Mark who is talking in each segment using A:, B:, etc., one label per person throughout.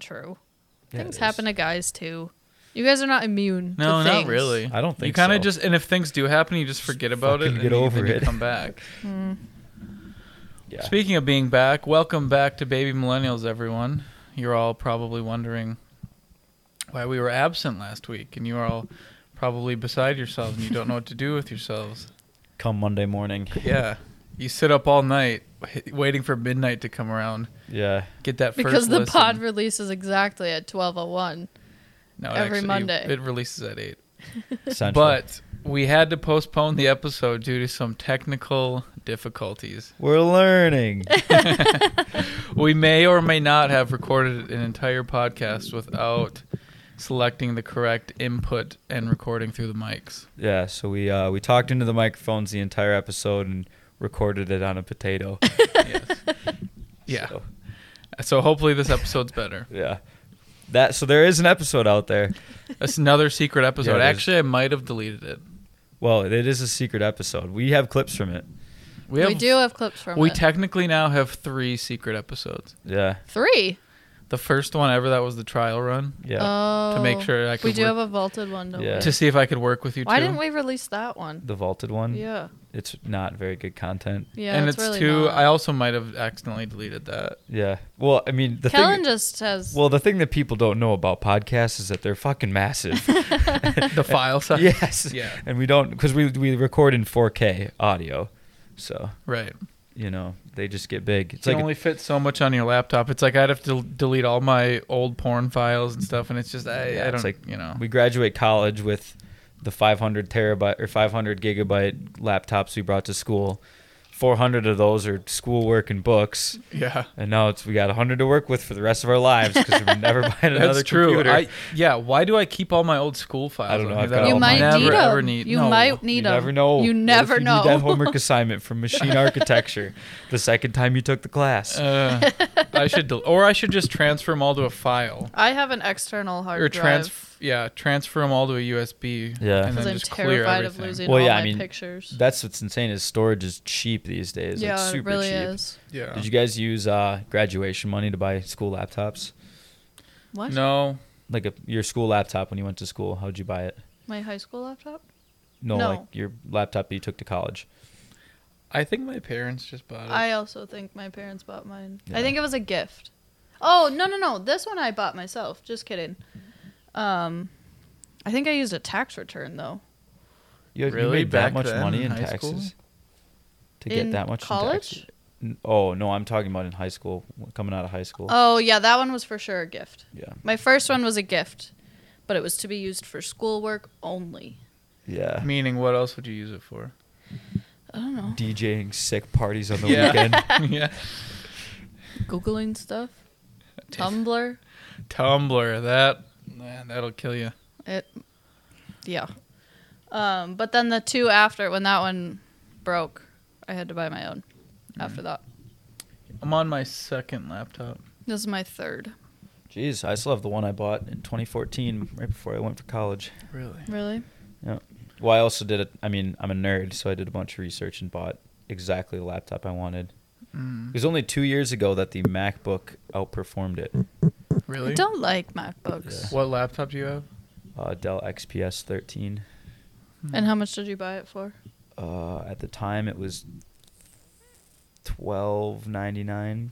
A: true.
B: Yeah, it
A: things
B: is.
A: happen to guys too. You guys are not immune. to
C: No, not
A: things.
C: really.
B: I don't
C: you
B: think
C: kind of
B: so.
C: just and if things do happen, you just forget about it
B: fucking
C: and
B: get
C: you-
B: over
C: then you
B: it.
C: come back.
A: Mm.
B: Yeah.
C: Speaking of being back, welcome back to Baby Millennials, everyone. You're all probably wondering why we were absent last week, and you are all probably beside yourselves and you don't know what to do with yourselves.
B: Come Monday morning.
C: Yeah, you sit up all night h- waiting for midnight to come around.
B: Yeah.
C: Get that first
A: Because the
C: listen.
A: pod releases exactly at twelve oh one.
C: no, it
A: every
C: actually-
A: Monday.
C: It releases at eight.
B: Essentially.
C: But we had to postpone the episode due to some technical difficulties.
B: we're learning.
C: We may or may not have recorded an entire podcast without selecting the correct input and recording through the mics.
B: yeah. So we uh, we talked into the microphones the entire episode and recorded it on a potato.
C: Yeah. So,
B: So,
C: hopefully this episode's better.
B: yeah. That so there is an episode out there.
C: That's another secret episode.
B: Yeah, it is.
C: Actually, I might have deleted it.
B: Well, it is a secret episode. We have clips from it.
A: We,
C: have,
A: do have clips from
C: We
A: it.
C: technically now have three secret episodes.
B: Yeah.
A: Three.
C: The first one ever that was the trial run
B: Yeah.
A: Oh.
C: to make sure I could
A: we do
C: work-
A: have a vaulted one. Don't
B: Yeah.
A: we?
C: to see if I could work with you.
A: Why
C: two.
A: didn't we release that one?
B: the vaulted one.
A: Yeah.
B: It's not very good content.
A: Yeah.
C: and
A: it's,
C: it's,
A: really
C: two.
A: not.
C: I also might have accidentally deleted that.
B: Yeah. Well, I mean, the
A: Kellen
B: thing.
A: just has.
B: well, the thing that people don't know about podcasts is that they're fucking massive.
C: The file size.
B: yes.
C: Yeah.
B: And we don't because we we record in 4K audio, so
C: Right.
B: you know they just get big. It's
C: It
B: like
C: only fits so much on your laptop. It's like I'd have to delete all my old porn files and stuff, and it's just I,
B: Yeah,
C: I
B: it's
C: don't
B: like-
C: you know.
B: we graduate college with the 500 terabyte or 500 gigabyte laptops we brought to school. 400 of those are schoolwork and books,
C: yeah,
B: and now it's we got 100 to work with for the rest of our lives because we're never buying another
C: that's true.
B: computer.
C: I, yeah, why do I keep all my old school files?
B: I don't know,
C: on here
B: I've
C: that
B: got
C: I'll
A: you
B: all
A: might
B: mine.
A: need
C: never
A: 'em.
C: ever need?
A: You
C: No.
A: might need
B: you
A: them.
B: never know.
A: You
B: What if
A: never
B: you
A: know.
B: Need that homework assignment from machine architecture, the second time you took the class.
C: Uh, I should, del- or I should just transfer them all to a file,
A: I have an external hard
C: or
A: drive.
C: trans, yeah, transfer them all to a USB.
B: Yeah.
C: and
A: Because
C: then
A: I'm
C: just clear
A: terrified of
C: everything.
A: losing
B: Well,
A: all
B: yeah,
A: my
B: I mean,
A: pictures.
B: That's what's insane is storage is cheap these days.
A: yeah,
B: like super
A: it really
B: cheap.
A: is.
C: Yeah.
B: Did you guys use uh, graduation money to buy school laptops?
A: What?
C: No,
B: Like a, your school laptop when you went to school, how'd you buy it?
A: My high school laptop?
B: No,
A: No.
B: like your laptop that you took to college.
C: I think my parents just bought it.
A: I also think my parents bought mine.
B: Yeah.
A: I think it was a gift. Oh, no, no, no. This one I bought myself. Just kidding. Um, I think I used a tax return, though.
B: You, you
C: Really?
B: made that
C: Back
B: much
C: then
B: money
C: in
B: in
C: high school?
B: taxes to get
A: In
B: that much in
A: college?
B: taxes? N- Oh no, I'm talking about in high school, coming out of high school.
A: Oh, yeah. That one was for sure a gift.
B: yeah,
A: My first one was a gift, but it was to be used for schoolwork only.
B: yeah.
C: Meaning, what else would you use it for?
A: I don't know.
B: DJing sick parties on the
C: Yeah.
B: weekend.
C: yeah,
A: Googling stuff, Tumblr.
C: Tumblr. That man, that'll kill you.
A: It, yeah. Um, but then the two after, when that one broke, I had to buy my own
B: Mm.
A: after that.
C: I'm on my second laptop.
A: This is my third.
B: Jeez, I still have the one I bought in 2014, right before I went for college.
C: Really?
A: Really?
B: Well, I also did it. I mean, I'm a nerd, so I did a bunch of research and bought exactly the laptop I wanted.
C: Mm.
B: It was only two years ago that the MacBook outperformed it.
C: Really?
A: I don't like MacBooks.
C: What laptop do you have?
B: Uh, Dell XPS 13.
A: And how much did you buy it for?
B: Uh, at the time, it was 12.99.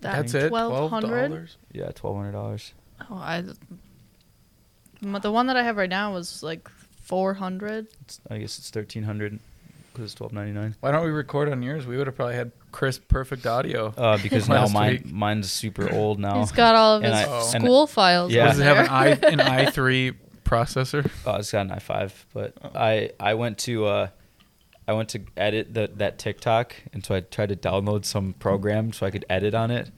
C: That's it. Twelve
A: $1,200?
C: dollars.
B: Yeah, $1,200.
A: Oh, I. m- The one that I have right now was like four hundred.
B: It's, I guess it's 1300 because it's 12.99.
C: Why don't we record on yours? We would have probably had crisp, perfect audio.
B: Uh, because now
C: Last
B: mine
C: week.
B: mine's super old now.
A: He's got all of
B: Oh. And
A: his
B: I-
C: Oh.
B: and-
A: school files.
B: Yeah.
A: on
C: Does it have an
A: there.
C: i an i three processor?
B: Oh, it's got an i5, but I I went to uh, I went to edit the, that TikTok, and so I tried to download some program so I could edit on it.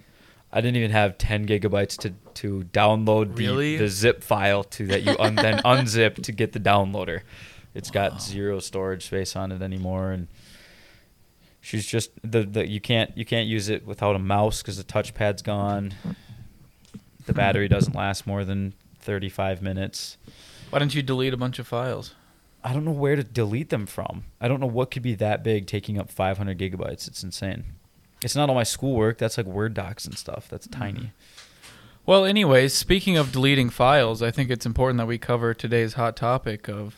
B: I didn't even have 10 gigabytes to to download the,
C: Really?
B: the zip file to that you un, then unzip to get the downloader. It's got zero storage space on it anymore, and she's just the, the you can't you can't use it without a mouse because the touchpad's gone. The battery doesn't last more than 35 minutes.
C: Why don't you delete a bunch of files?
B: I don't know where to delete them from. I don't know what could be that big taking up 500
C: Mm-hmm.
B: gigabytes. It's insane. It's not all my schoolwork. That's like Word docs and stuff. That's tiny.
C: Well, anyways, speaking of deleting files, I think it's important that we cover today's hot topic of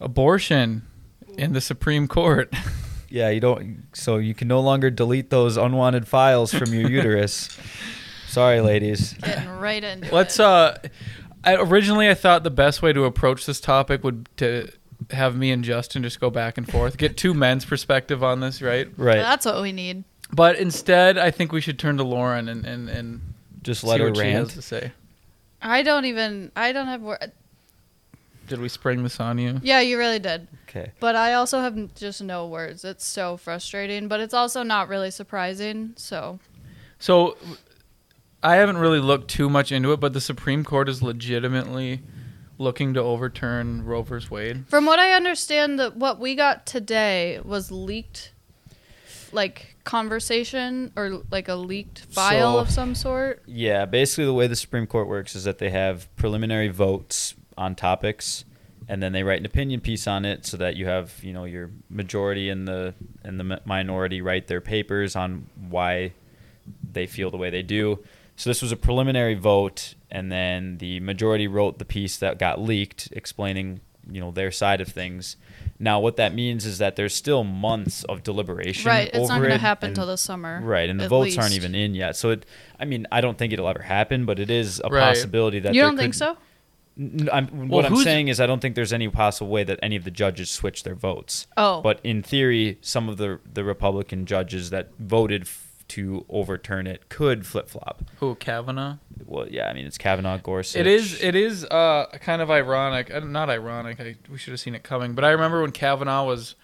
C: abortion in the Supreme Court.
B: Yeah, you don't. So you can no longer delete those unwanted files from your uterus. Sorry, ladies.
A: Getting right into
C: Let's
A: it.
C: uh I, originally I thought the best way to approach this topic would to have me and Justin just go back and forth, get two men's perspective on this, right?
B: Right.
A: That's what we need.
C: But instead, I think we should turn to Lauren and and and
B: Just
C: see
B: let her
C: what she has
B: rant.
C: to say.
A: I don't even. I don't have. Wor-
C: Did we spring this on you?
A: yeah, you really did.
B: Okay.
A: But I also have n- just no words. It's so frustrating, but it's also not really surprising. So
C: So I haven't really looked too much into it, but the Supreme Court is legitimately looking to overturn Roe versus Wade.
A: From what I understand, that what we got today was leaked, like conversation or like a leaked file
B: So-
A: of some sort.
B: Yeah, basically the way the Supreme Court works is that they have preliminary votes on topics and then they write an opinion piece on it so that you have, you know, your majority and the and the mi- minority write their papers on why they feel the way they do. So this was a preliminary vote and then the majority wrote the piece that got leaked explaining, you know, their side of things. Now what that means is that there's still months of deliberation
A: Right, it's not
B: over
A: going to
B: it,
A: happen
B: and-
A: till the summer.
B: Right, and the
A: at
B: votes aren't
A: least.
B: even in yet. So it, I mean, I don't think it'll ever happen, but it is a
C: Right.
B: possibility that
A: You
B: there
A: don't think
B: could-
A: so?
B: N- I'm,
C: Well,
B: what I'm
C: who's-
B: saying is, I don't think there's any possible way that any of the judges switch their votes.
A: Oh.
B: but in theory, some of the the Republican judges that voted f- to overturn it could flip flop.
C: Who Kavanaugh?
B: Well, yeah, I mean, it's Kavanaugh, Gorsuch.
C: It is. It is uh, kind of ironic. uh, Not ironic. I, we should have seen it coming. But I remember when Kavanaugh was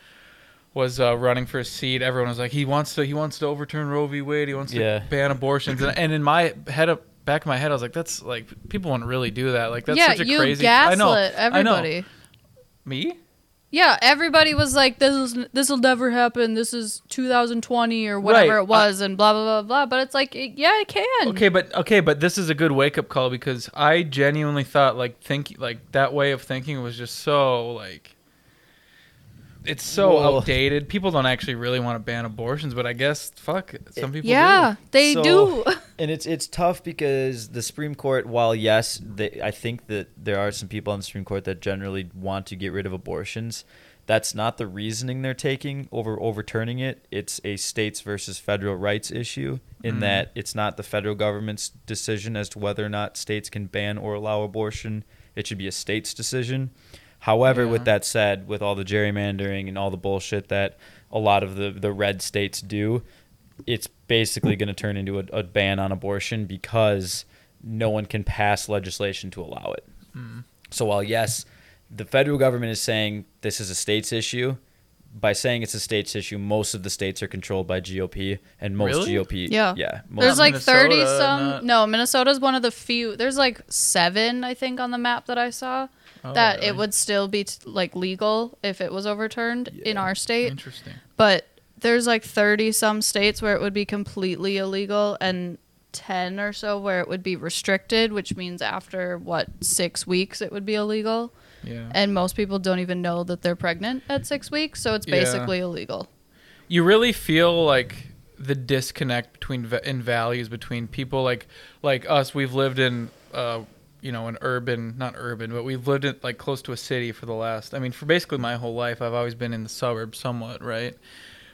C: was uh, running for a seat. Everyone was like, he wants to. He wants to overturn Roe v. Wade. He wants
B: Yeah.
C: to ban abortions. And, and in my head, up back of my head, I was like, that's like people wouldn't really do that. Like that's
A: yeah,
C: such a
A: you
C: crazy. I
A: gaslit
C: know.
A: everybody.
C: I know. Me?
A: Yeah, everybody was like, "This is this will never happen. This is 2020 or whatever
C: Right,
A: it was," and blah blah blah blah. But it's like, it, yeah, it can.
C: Okay, but okay, but this is a good wake up call because I genuinely thought like think like that way of thinking was just so like it's so
B: Well-
C: outdated. People don't actually really want to ban abortions, but I guess fuck, some people
A: yeah, they
B: So-
A: do.
B: and it's it's tough because the Supreme Court, while yes, they, I think that there are some people on the Supreme Court that generally want to get rid of abortions. That's not the reasoning they're taking over overturning it. It's a states versus federal rights issue in
C: Mm.
B: that it's not the federal government's decision as to whether or not states can ban or allow abortion. It should be a state's decision. However,
C: Yeah.
B: with that said, with all the gerrymandering and all the bullshit that a lot of the, the red states do, it's basically going to turn into a, a ban on abortion because no one can pass legislation to allow it.
C: Hmm.
B: So while yes, the federal government is saying this is a states issue, by saying it's a states issue, most of the states are controlled by GOP, and most
C: Really?
B: GOP,
A: Yeah.
B: yeah, most,
A: There's like thirty
C: Minnesota,
A: some.
C: not-
A: No, Minnesota's one of the few. There's like seven, I think, on the map that I saw
C: do.
A: that
C: Oh, really?
A: it would still be t- like legal if it was overturned in
B: Yeah.
A: our state.
C: interesting.
A: But there's like thirty some states where it would be completely illegal and. 10 or so where it would be restricted which means after what six weeks it would be illegal
C: Yeah.
A: and most people don't even know that they're pregnant at six weeks so it's
C: Yeah.
A: basically illegal
C: you really feel like the disconnect between va- in values between people like like us we've lived in uh you know an urban not urban but we've lived in like close to a city for the last i mean for basically my whole life i've always been in the suburbs somewhat right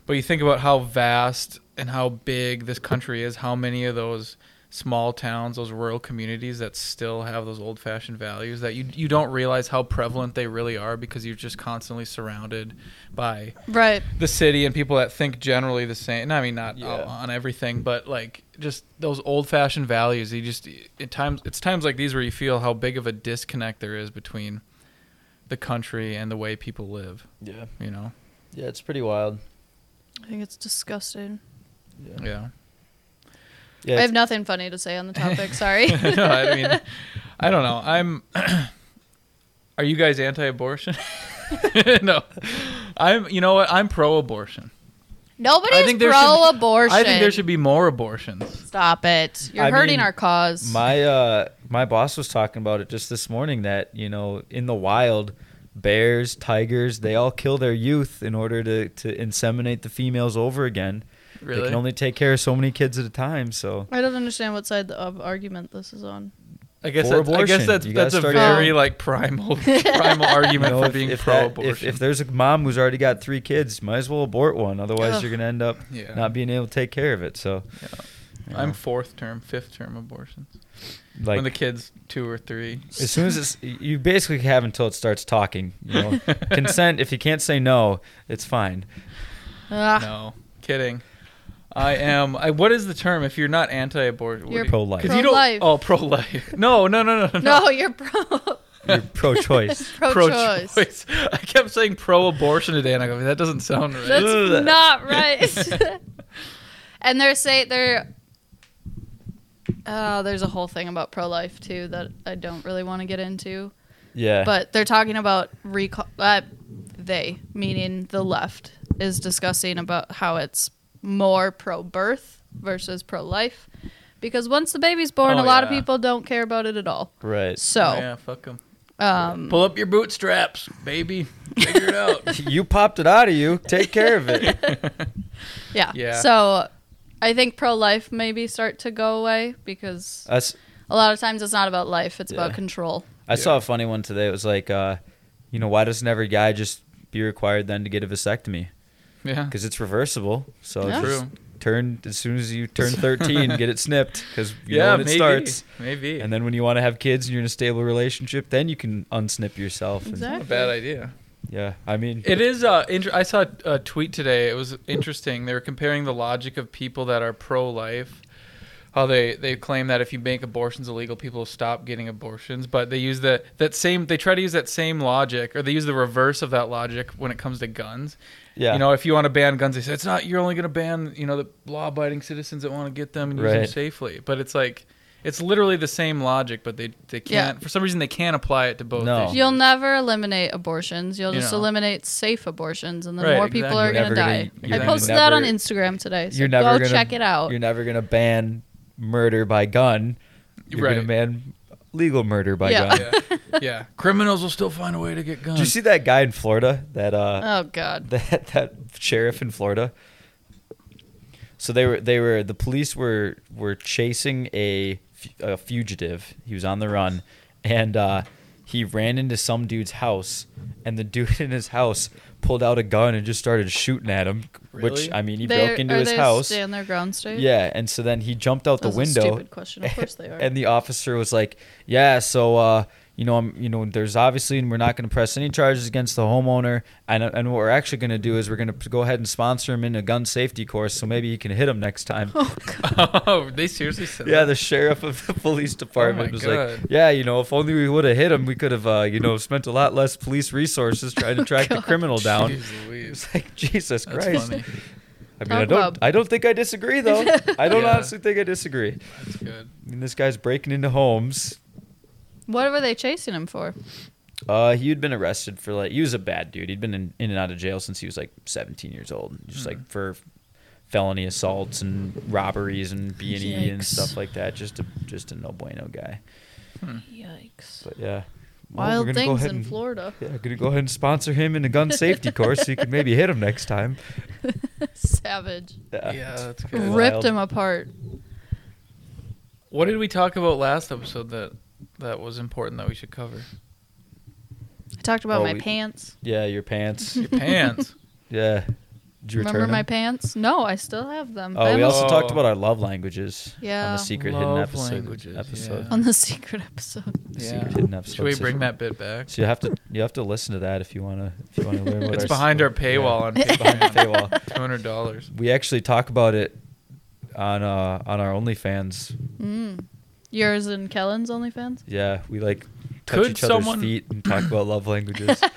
C: but you think about how vast and how big this country is how many of those small towns those rural communities that still have those old fashioned values that you you don't realize how prevalent they really are because you're just constantly surrounded by
A: right
C: the city and people that think generally the same. and I mean, not
B: Yeah.
C: all- on everything, but like just those old-fashioned values. You just at times it's times like these where you feel how big of a disconnect there is between the country and the way people live.
B: yeah,
C: You know?
B: yeah, it's pretty wild.
A: i think it's disgusting
B: Yeah,
C: Yeah.
B: yeah
A: i have nothing funny to say on the topic sorry
C: no, I mean, I don't know. I'm. Are you guys anti-abortion? no, I'm. You know what? I'm pro-abortion. I
A: Nobody's
C: think there
A: pro
C: should-
A: abortion.
C: I think there should be more abortions.
A: Stop it. You're
B: I
A: hurting
B: mean,
A: our cause.
B: My uh my boss was talking about it just this morning that, you know, in the wild, bears, tigers, they all kill their youth in order to to inseminate the females over again. They
C: Really?
B: can only take care of so many kids at a time. So
A: I don't understand what side of argument this is on.
C: I guess
B: For
C: that's, I guess
B: abortion.
C: that's
B: You gotta
C: that's a
B: start
C: very
A: out-
C: like primal primal
B: you
C: argument
B: know,
C: for
B: if,
C: being
B: if that- if,
C: pro-abortion.
B: if there's a mom who's already got three kids, might as well abort one. Otherwise,
A: Ugh.
B: you're gonna end up
C: yeah,
B: not being able to take care of it. So,
C: Yeah.
B: you
C: I'm
B: know,
C: fourth term, fifth term abortions.
B: like
C: when the kids two or three.
B: as soon as it's you basically have until it starts talking. You know, consent. If you can't say no, it's fine.
A: Ah,
C: No, kidding. I am. I, what is the term if you're not anti-abortion?
A: You're
B: Pro-life.
C: you
A: Pro-life.
C: don't. Oh, pro-life. No, no, no,
A: no.
C: no, no.
A: you're pro
B: You're pro-choice.
A: pro-choice.
C: Pro-choice. I kept saying pro-abortion today, and I go, that doesn't sound right.
A: That's
B: Ugh.
A: not right. and they're say they're. Uh, there's a whole thing about pro life too that I don't really want to get into.
B: Yeah.
A: But they're talking about recall. Uh, they, meaning the left, is discussing about how it's more pro birth versus pro life. Because once the baby's born, a
C: Oh,
A: lot of
C: yeah.
A: people don't care about it at all.
B: right.
C: Oh,
A: So,
C: yeah, fuck 'em.
A: um,
C: Pull up your bootstraps, baby. Figure it out.
B: you popped it out of you. Take care of it.
A: yeah.
C: Yeah.
A: So, I think pro life maybe start to go away because
B: That's
A: a lot of times it's not about life, it's about
B: Yeah.
A: control.
B: I saw a funny one today. It was like, uh, you know, why doesn't every guy just be required then to get a vasectomy?
C: Yeah.
B: Because it's reversible. So
A: Yeah.
B: just
C: True.
B: turn as soon as you turn 13, get it snipped because you know
C: yeah,
B: when it
C: maybe.
B: starts.
C: Maybe.
B: And then when you want to have kids and you're in a stable relationship, then you can unsnip yourself. And,
A: Exactly.
C: Not a bad idea.
B: Yeah, I mean,
C: It is. Uh, inter- I saw a tweet today. It was interesting. They were comparing the logic of people that are pro-life. How they, they claim that if you make abortions illegal, people will stop getting abortions. But they use that that same. They try to use that same logic, or they use the reverse of that logic when it comes to guns.
B: yeah,
C: You know, if you want to ban guns, they say it's not. You're only going to ban you know the law-abiding citizens that want to get them and use them
B: Right.
C: safely. But it's like. It's literally the same logic, but they, they
A: Yeah.
C: can't for some reason they can't apply it to both.
B: No.
C: issues.
A: You'll never eliminate abortions. You'll
C: You
A: just
C: know.
A: eliminate safe abortions, and then
C: Right,
A: more people
C: exactly.
A: are going
B: You're
A: to die.
B: never gonna-
A: I
C: you're
A: posted that on
B: never-
A: Instagram today. So
B: you're never
A: go
B: gonna-
A: check it
C: oh.
A: out.
B: you're never going to ban murder by gun. You're going
C: Right.
B: to ban legal murder by
A: Yeah.
B: gun.
C: yeah. yeah. Criminals will still find a way to get guns.
B: Did you see that guy in Florida that uh,
A: Oh God.
B: that that sheriff in Florida. So they were they were the police were were chasing a, fu- a fugitive. He was on the run, and uh, he ran into some dude's house, and the dude in his house pulled out a gun and just started shooting at him. Which
C: Really?
B: I mean, he
A: They-
B: broke into
A: are
B: his
A: they
B: house.
A: Stay on their ground state.
B: Yeah, and so then he jumped out
A: That was
B: the window.
A: A stupid question. Of course they are.
B: And the officer was like, "Yeah, so uh, you know, I'm, you know, there's obviously, and we're not going to press any charges against the homeowner, and and what we're actually going to do is we're going to go ahead and sponsor him in a gun safety course, so maybe he can hit him next time."
C: oh, they seriously said
B: yeah,
C: that?
B: the sheriff of the police department was like,
C: Oh, God.
B: "Yeah, you know, if only we would have hit him, we could have, uh, you know, spent a lot less police resources trying to track the
A: Oh, God.
B: criminal down." It
C: Jeez
B: was
C: Louise.
B: like, Jesus
C: That's
B: Christ.
C: funny.
B: I mean,
A: Talk
B: I don't,
A: about-
B: I don't think I disagree though. I don't
C: Yeah.
B: honestly think I disagree.
C: That's good.
B: I mean, this guy's breaking into homes.
A: what were they chasing him for?
B: Uh, he had been arrested for like he was a bad dude. He'd been in, in and out of jail since he was like 17 years old, just
A: Hmm.
B: like for felony assaults and robberies and B and E and
A: Yikes.
B: stuff like that. Just a just a no bueno guy.
C: Hmm.
A: Yikes.
B: But yeah, Hmm. Well, we're
A: Wild
B: gonna go
A: things
B: ahead
A: in
B: and-
A: Florida.
B: Yeah, gonna go ahead and sponsor him in a gun safety course so he can maybe hit him next time.
A: Savage.
B: Yeah,
C: Yeah, that's good.
B: Wild.
A: Ripped him apart.
C: What did we talk about last episode that that was important that we should cover?
A: I talked about
B: Oh,
A: my
B: we-
A: pants.
B: Yeah, your pants.
C: Your pants.
B: yeah, Did you
A: Remember
B: return
A: my
B: them?
A: pants? No, I still have them. I
B: Oh, we
A: almost-
B: also
C: Oh.
B: talked about our love languages on
A: Yeah.
B: the secret hidden
C: Love
B: episode.
C: languages,
B: episode.
C: yeah.
A: on the secret episode.
B: The
C: Yeah.
B: secret hidden episode.
C: should we
B: So-
C: bring that bit back?
B: So you have to you have to listen to that if you want to if you want to learn what
C: It's behind our paywall on
B: Yeah, behind the
C: Patreon.
B: paywall.
C: Two hundred dollars.
B: We actually talk about it on uh on our OnlyFans.
A: Mm. Yours and Kellen's OnlyFans?
B: Yeah, we like touch
C: Could
B: each other's
C: someone-
B: feet and talk about love languages.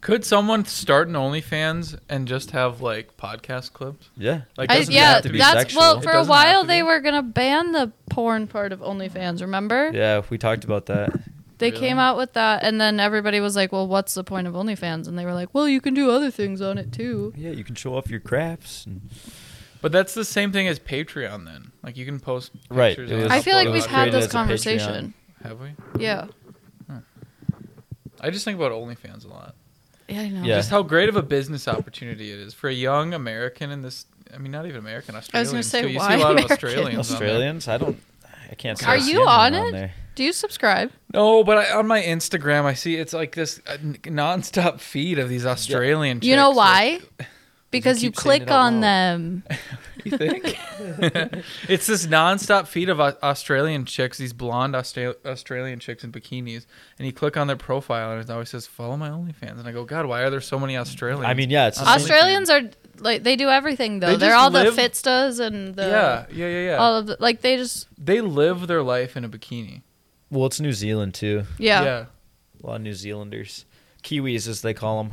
C: Could someone start an OnlyFans and just have like podcast clips?
B: Yeah,
C: Like,
B: it
A: I,
B: doesn't
A: yeah,
B: have to be
A: that's
B: sexual.
A: well.
C: It
A: For a
C: doesn't have
A: while,
C: to
A: they
C: be.
A: were gonna ban the porn part of OnlyFans. Remember?
B: yeah, we talked about that.
A: They
C: Really?
A: came out with that, and then everybody was like, "Well, what's the point of OnlyFans?" And they were like, "Well, you can do other things on it too."
B: Yeah, you can show off your craps. And,
C: But that's the same thing as Patreon then. Like you can post
B: Right,
C: pictures
B: it
C: and
B: was-
A: I feel like
B: it
C: upload
A: we've
B: was
C: it.
A: had
B: created
A: this
B: as a Patreon.
A: conversation.
C: Have we?
A: Yeah,
C: I just think about OnlyFans a lot.
A: yeah, I know.
B: Yeah.
C: Just how great of a business opportunity it is for a young American in this I mean, not even American.
A: gonna
C: Australians.
A: say,
C: too. You
A: why
C: see a lot
A: American?
C: of Australians. on there.
B: Australians? I don't. I can't.
A: Are
B: see
A: you
B: anyone
A: on it?
B: there.
A: Do you subscribe?
C: No, but I, on my Instagram, I see it's like this uh, n- nonstop feed of these Australian.
A: You know
C: chicks, like-
A: why? Because you
B: keep saying
A: click
B: it out
A: on
B: loud.
A: them.
C: you think? it's this nonstop feed of Au- Australian chicks, these blonde Austra- Australian chicks in bikinis, and you click on their profile, and it always says "Follow my OnlyFans," and I go, God, why are there so many Australians?
B: I mean, yeah, it's the same-
A: Australians are like they do everything though.
C: They
A: They are
C: just
A: all
C: live-
A: the fitstas and the
C: yeah, yeah, yeah, yeah.
A: all of the, like they just
C: they live their life in a bikini.
B: Well, it's New Zealand too.
A: yeah yeah.
B: A lot of New Zealanders, Kiwis as they call them.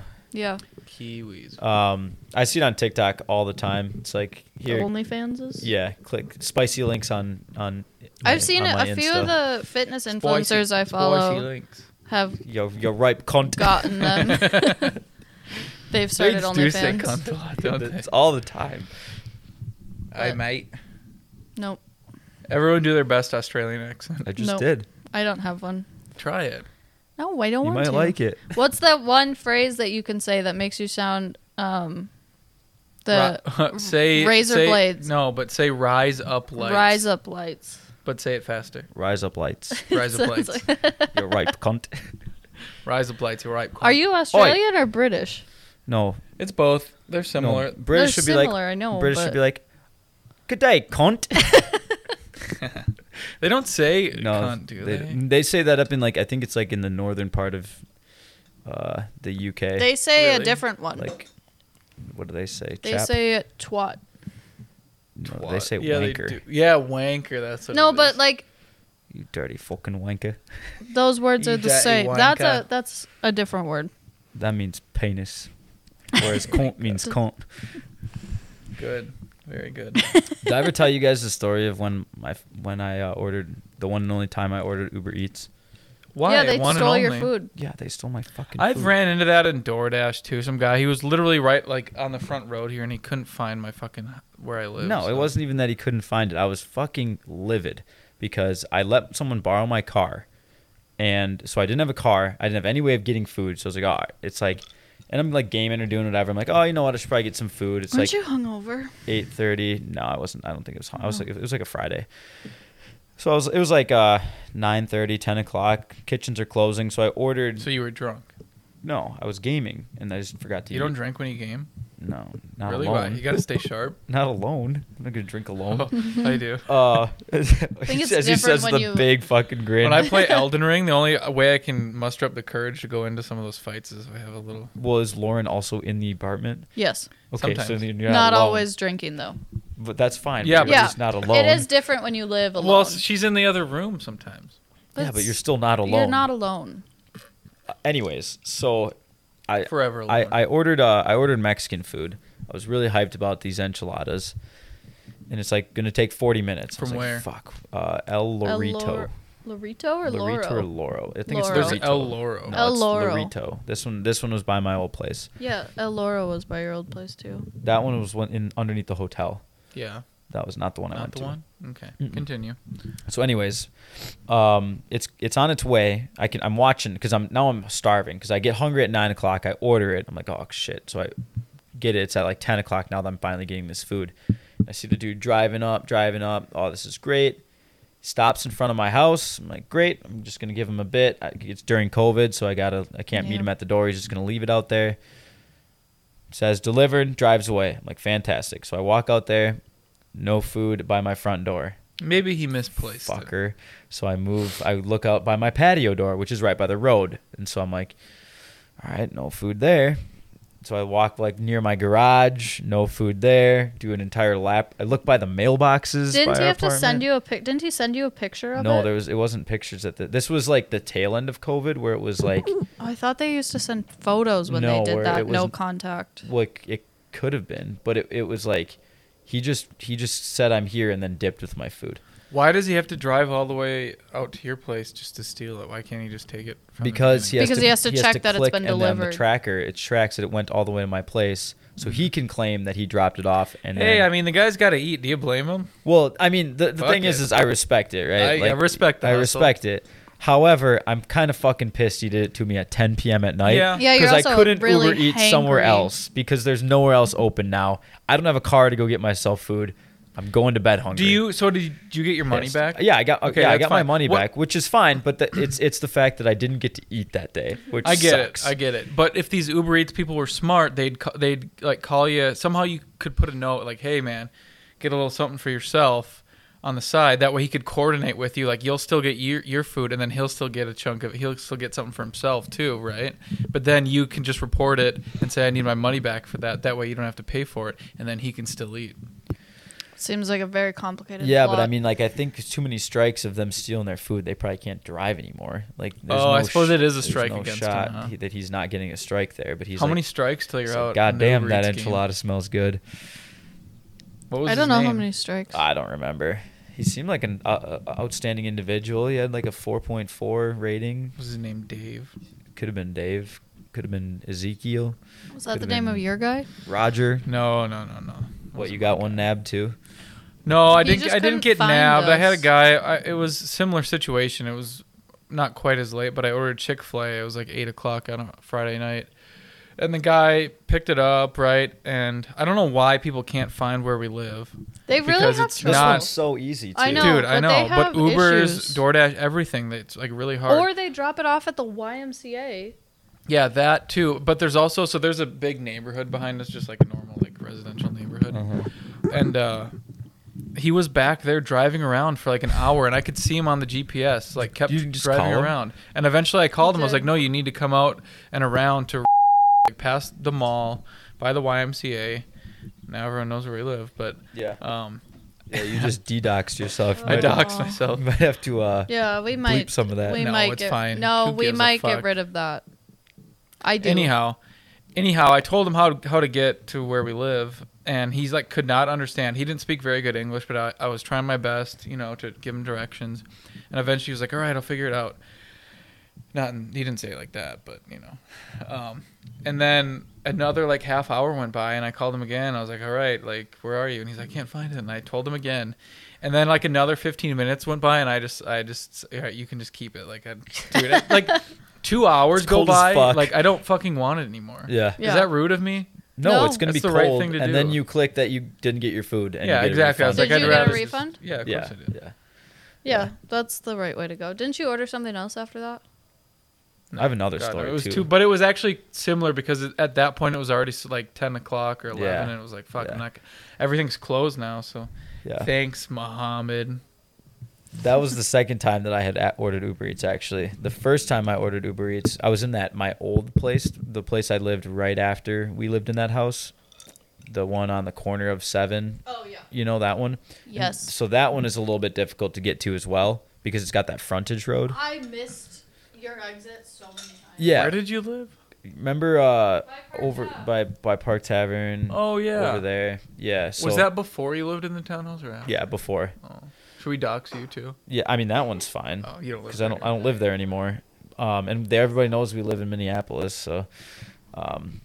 C: Kiwis.
B: Um, I see it on TikTok all the time. It's like
A: The
B: here,
A: OnlyFans is
B: yeah, click spicy links on on. my-
A: I've seen
B: on
A: it,
B: my
A: a few
B: Insta.
A: of the fitness
C: Spicy-
A: influencers I
C: spicy
A: follow
C: links.
A: have
B: your your ripe content.
A: gotten them. They've started
C: They do say
A: OnlyFans.
C: cunt a lot, don't they?
B: It's all the time.
C: I
A: But-
C: might.
A: Nope,
C: Everyone do their best Australian accent.
B: I just
A: Nope.
B: did.
A: I don't have one.
C: Try it.
A: No, I don't
B: You
A: want to.
B: might like it.
A: What's that one phrase that you can say that makes you sound um the
C: Ri- say
A: razor
C: say-
A: blades.
C: No, but say rise up lights.
A: rise up lights?
C: But say it faster.
B: Rise up, lights.
C: Rise up
A: Sounds
C: lights.
A: like-
B: Your ripe cunt.
C: Rise up lights. You're right.
A: Are you Australian or British?
B: No,
C: It's both. They're similar.
B: no. British
A: They're
B: should be
A: similar,
B: like.
A: I know,
B: British should
A: but-
B: be like. Good day, cunt.
C: They don't say
B: no,
C: cunt, do they?
B: they, say that up in like I think it's like in the northern part of uh, the UK.
A: They say a
C: Really?
A: different one.
B: like what do they say?
A: they
B: Chap?
A: say it twat.
B: No, they say
C: yeah,
B: wanker.
C: do. Yeah, wanker. That's what
A: No,
C: it is.
A: but like
B: You dirty fucking wanker.
A: those words
C: You
A: are the
C: dirty
A: same. That's a
C: wanker.
A: that's a different word.
B: That means penis. Whereas cunt means cunt.
C: good, very good.
B: Did I ever tell you guys the story of when my when I uh, ordered the one and only time I ordered Uber Eats?
C: Why?
A: Yeah, they
C: One and
A: stole your
C: only?
A: food.
B: Yeah, they stole my fucking.
C: I've
B: food.
C: ran into that in DoorDash too. Some guy, he was literally right like on the front road here, and he couldn't find my fucking where I live.
B: No, it
C: so-
B: wasn't even that he couldn't find it. I was fucking livid because I let someone borrow my car. And so I didn't have a car. I didn't have any way of getting food. So I was like, oh, it's like, and I'm like gaming or doing whatever. I'm like, oh, you know what? I should probably get some food. It's
A: Aren't
B: like
A: you hungover?
B: eight thirty. No, I wasn't. I don't think it was. I was like, it was like a Friday. So I was. It was like uh, 9:30, 10 o'clock. Kitchens are closing. So I ordered.
C: So you were drunk.
B: no, I was gaming and I just forgot to. eat.
C: You don't drink when you game.
B: No, not
C: really?
B: alone.
C: Why? You gotta stay sharp.
B: not alone. I'm not gonna drink alone.
C: Oh, I do.
B: Uh,
A: it's
B: as he
A: different
B: says
A: when
B: the
A: you-
B: big fucking grin.
C: When I play Elden Ring, the only way I can muster up the courage to go into some of those fights is if I have a little.
B: was Lauren also in the apartment?
A: Yes.
B: Okay, so
C: Sometimes.
B: then you're
A: not
B: alone.
A: always drinking though.
B: But that's fine.
C: Yeah,
B: Yeah, but you're
A: yeah.
B: just not alone.
A: It is different when you live alone.
C: Well, she's in the other room sometimes.
B: Yeah, but
A: That's-
B: you're still not alone.
A: You're not alone.
B: Anyways, so I
C: Forever alone.
B: I, I ordered uh, I ordered Mexican food. I was really hyped about these enchiladas, and it's like gonna take 40 minutes. I was
C: From
B: like,
C: where?
B: Fuck, uh, El
A: El
B: Lorito.
A: Lorito or
B: Lorito
A: Loro?
B: or Loro? I think
A: Loro.
B: it's
C: There's
B: Lorito.
C: El Loro.
B: No,
A: El
B: it's
A: Loro.
B: Lorito. This one this one was by my old place.
A: Yeah, El Loro was by your old place too.
B: That one was one in underneath the hotel.
C: yeah,
B: That was not the one I
C: not
B: went
C: the
B: to.
C: one. Okay,
B: Mm-mm.
C: continue.
B: So, anyways, um, it's it's on its way. I can I'm watching because I'm now I'm starving because I get hungry at nine o'clock. I order it. I'm like, oh shit. So I get it. It's at like ten o'clock now that I'm finally getting this food. I see the dude driving up, driving up. Oh, this is great. Stops in front of my house. I'm like, great. I'm just gonna give him a bit. I, it's during COVID, so I gotta I can't meet
A: Yeah.
B: him at the door. He's just gonna leave it out there. Says delivered. Drives away. I'm like, fantastic. So I walk out there. No food by my front door
C: Maybe he misplaced it.
B: fucker. So I move, I look out by my patio door, which is right by the road. And so I'm like, all right, no food there. So I walk like near my garage, no food there. Do an entire lap. I look by the mailboxes.
A: Didn't
B: by
A: he
B: our
A: have to send
B: apartment.
A: you a pic? Didn't he send you a picture of
B: No,
A: it?
B: there was. It wasn't pictures at the. This was like the tail end of COVID, where it was like,
A: Oh, I thought they used to send photos when
B: No,
A: they
B: where
A: did that.
B: it
A: No
B: was-
A: contact.
B: well, it, it could have been, but it, it was like, he just he just said I'm here and then dipped with my food.
C: Why does he have to drive all the way out to your place just to steal it? Why can't he just take it? From the
B: because he
C: beginning?
B: has
A: Because
B: to,
A: he has to check that it's
B: click,
A: been
B: and then
A: delivered.
B: the tracker it tracks that it went all the way to my place, so he can claim that he dropped it off. And
C: Mm-hmm. Hey,
B: then,
C: I mean, the guy's got to eat. Do you blame him?
B: well, I mean, the, the
C: Fuck
B: thing is,
C: it.
B: is I respect it, right?
C: I- I respect the
B: I
C: hustle.
B: respect it, However, I'm kind of fucking pissed he did it to me at 10 p.m. at night.
C: Yeah.
A: Yeah, you're
B: Because I
A: also
B: couldn't
A: really
B: Uber Eats somewhere
A: hangry.
B: else because there's nowhere else open now. I don't have a car to go get myself food. I'm going to bed hungry.
C: Do you? So did you, do you get your money
B: Pissed.
C: back?
B: Yeah, I got okay.
C: Okay,
B: yeah, I
C: that's
B: got my
C: fine.
B: money
C: What-
B: back, which is fine. But the, it's it's the fact that I didn't get to eat that day, which
C: I get
B: sucks.
C: it. I get it. But if these Uber Eats people were smart, they'd ca- they'd like call you. Somehow you could put a note like, "Hey man, get a little something for yourself." On the side, that way he could coordinate with you. Like you'll still get your your food, and then he'll still get a chunk of. He'll still get something for himself too, right? But then you can just report it and say, "I need my money back for that." That way you don't have to pay for it, and then he can still eat.
A: Seems like a very complicated.
B: yeah, but I
A: plot.
B: mean, like, I think there's too many strikes of them stealing their food. They probably can't drive anymore. Like, there's
C: Oh, I
B: no
C: suppose it is a
B: there's
C: strike
B: no
C: against him,
B: shot
C: huh?
B: he- that he's not getting a strike there. But he's
C: how
B: like,
C: many strikes till you're
B: he's
C: out?
B: like,
C: in
B: God
C: the
B: damn,
C: Uber
B: that
C: Eats game?"
B: enchilada smells good.
C: What was
A: I
C: his
A: don't know how
C: name?
A: many strikes.
B: I don't remember. He seemed like an uh, uh, outstanding individual. He had like a 4.4 rating.
C: What was his name? Dave.
B: Could have been Dave. Could have been Ezekiel.
A: Was that
B: Could've
A: the name of
B: been
A: your guy?
B: Roger.
C: No, no, no, no.
B: What
C: Wasn't
B: you
C: that
B: got
C: guy.
B: one nab too?
C: No, I
A: You
C: didn't.
A: just
C: I didn't
A: couldn't
C: get
A: find
C: nabbed. I had a
A: us.
C: guy. I, it was similar situation. It was not quite as late, but I ordered Chick Fil A. It was like eight o'clock on a Friday night, and the guy picked it up right. And I don't know why people can't find where we live,
A: They really
C: Because
A: have
C: it's
B: This
A: trouble.
C: not-
B: one's so easy too.
A: I know,
C: dude. I
A: but
C: know,
A: they
C: but
A: have
C: Ubers,
A: issues.
C: DoorDash, everything. That's like really hard.
A: Or they drop it off at the YMCA.
C: yeah, that too. But there's also so there's a big neighborhood behind us, just like a normal like residential neighborhood.
B: Uh-huh.
C: and uh he was back there driving around for like an hour and i could see him on the gps like kept
B: You can just
C: driving
B: call him?
C: around and eventually i called him i was
A: did.
C: like no you need to come out and around to like past the mall by the ymca now everyone knows where we live but
B: Yeah.
C: um
B: Yeah, you just dedoxed yourself. You
C: i
B: might-
C: doxed
A: Aw.
C: myself
B: You might have to uh,
A: Yeah, we might.
B: bleep some of that.
A: We
C: No,
A: might
C: it's
A: get,
C: fine.
A: No,
C: Who
A: we
C: gives a
A: might get
C: fuck?
A: rid of that. I do.
C: anyhow anyhow i told him how to, how to get to where we live and he's like could not understand he didn't speak very good english but I, I was trying my best you know to give him directions and eventually he was like all right i'll figure it out not in, he didn't say it like that but you know um, and then another like half hour went by and i called him again i was like all right like where are you and he's like, i can't find it and i told him again and then like another 15 minutes went by and i just i just all right, you can just keep it like I, dude, I- like two hours
B: It's
C: go
B: cold as
C: by
B: fuck.
C: like i don't fucking want it anymore
B: Yeah.
A: Yeah.
C: is that rude of me
B: No,
A: No.
B: it's gonna
C: That's
B: be
C: the right
B: cold,
C: thing to
B: and then
C: do.
B: you click that you didn't get your food. And you
C: yeah
B: get a
C: exactly i was like
B: refund.
A: Did you get
C: i'd
A: a
C: rather just-
A: refund?
C: yeah of
B: yeah,
C: course i did
B: yeah.
A: Yeah, that's the right way to go. Didn't you order something else after that?
B: I have another
C: God, no,
B: story
C: it was
B: too.
C: two, but it was actually similar because it, at that point it was already s- like ten o'clock or eleven,
B: Yeah.
C: and it was like fuck,
B: Yeah.
C: I'm not, g- everything's closed now. So
B: yeah,
C: thanks, Mohammed.
B: that was the second time that I had at- ordered Uber Eats. Actually, the first time I ordered Uber Eats, I was in that my old place, the place I lived right after we lived in that house, the one on the corner of Seven.
A: Oh yeah.
B: You know that one. And
A: Yes.
B: so that one is a little bit difficult to get to as well because it's got that frontage road.
A: I missed your exit so many times.
B: Yeah.
C: Where did you live?
B: Remember uh
A: Park
B: over
A: Tavern.
B: by by Park Tavern
C: Oh yeah.
B: over there. Yeah. So
C: was that before you lived in the townhouse or after?
B: yeah, before.
C: Oh. Should we dox you too?
B: Yeah, I mean that one's fine
C: Oh, you don't live.
B: cuz I don't
C: there.
B: I don't live there anymore. Um and there everybody knows we live in Minneapolis, so um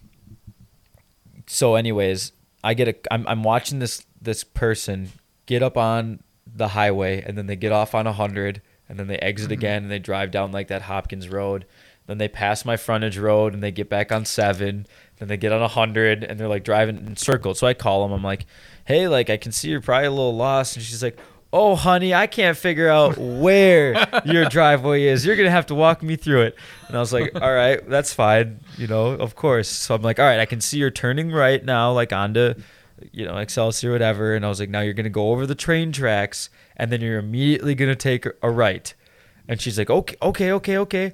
B: so anyways, I get a I'm I'm watching this this person get up on the highway and then they get off on 100 and then they exit again and they drive down like that Hopkins road. Then they pass my frontage road and they get back on 7. Then they get on 100 and they're like driving in circles. So I call them. I'm like, "Hey, like I can see you're probably a little lost." And she's like, "Oh, honey, I can't figure out where your driveway is. You're going to have to walk me through it." And I was like, "All right, that's fine, you know, of course." So I'm like, "All right, I can see you're turning right now like onto you know, Excelsior, whatever. And I was like, now you're going to go over the train tracks and then you're immediately going to take a right. And she's like, okay, okay, okay, okay.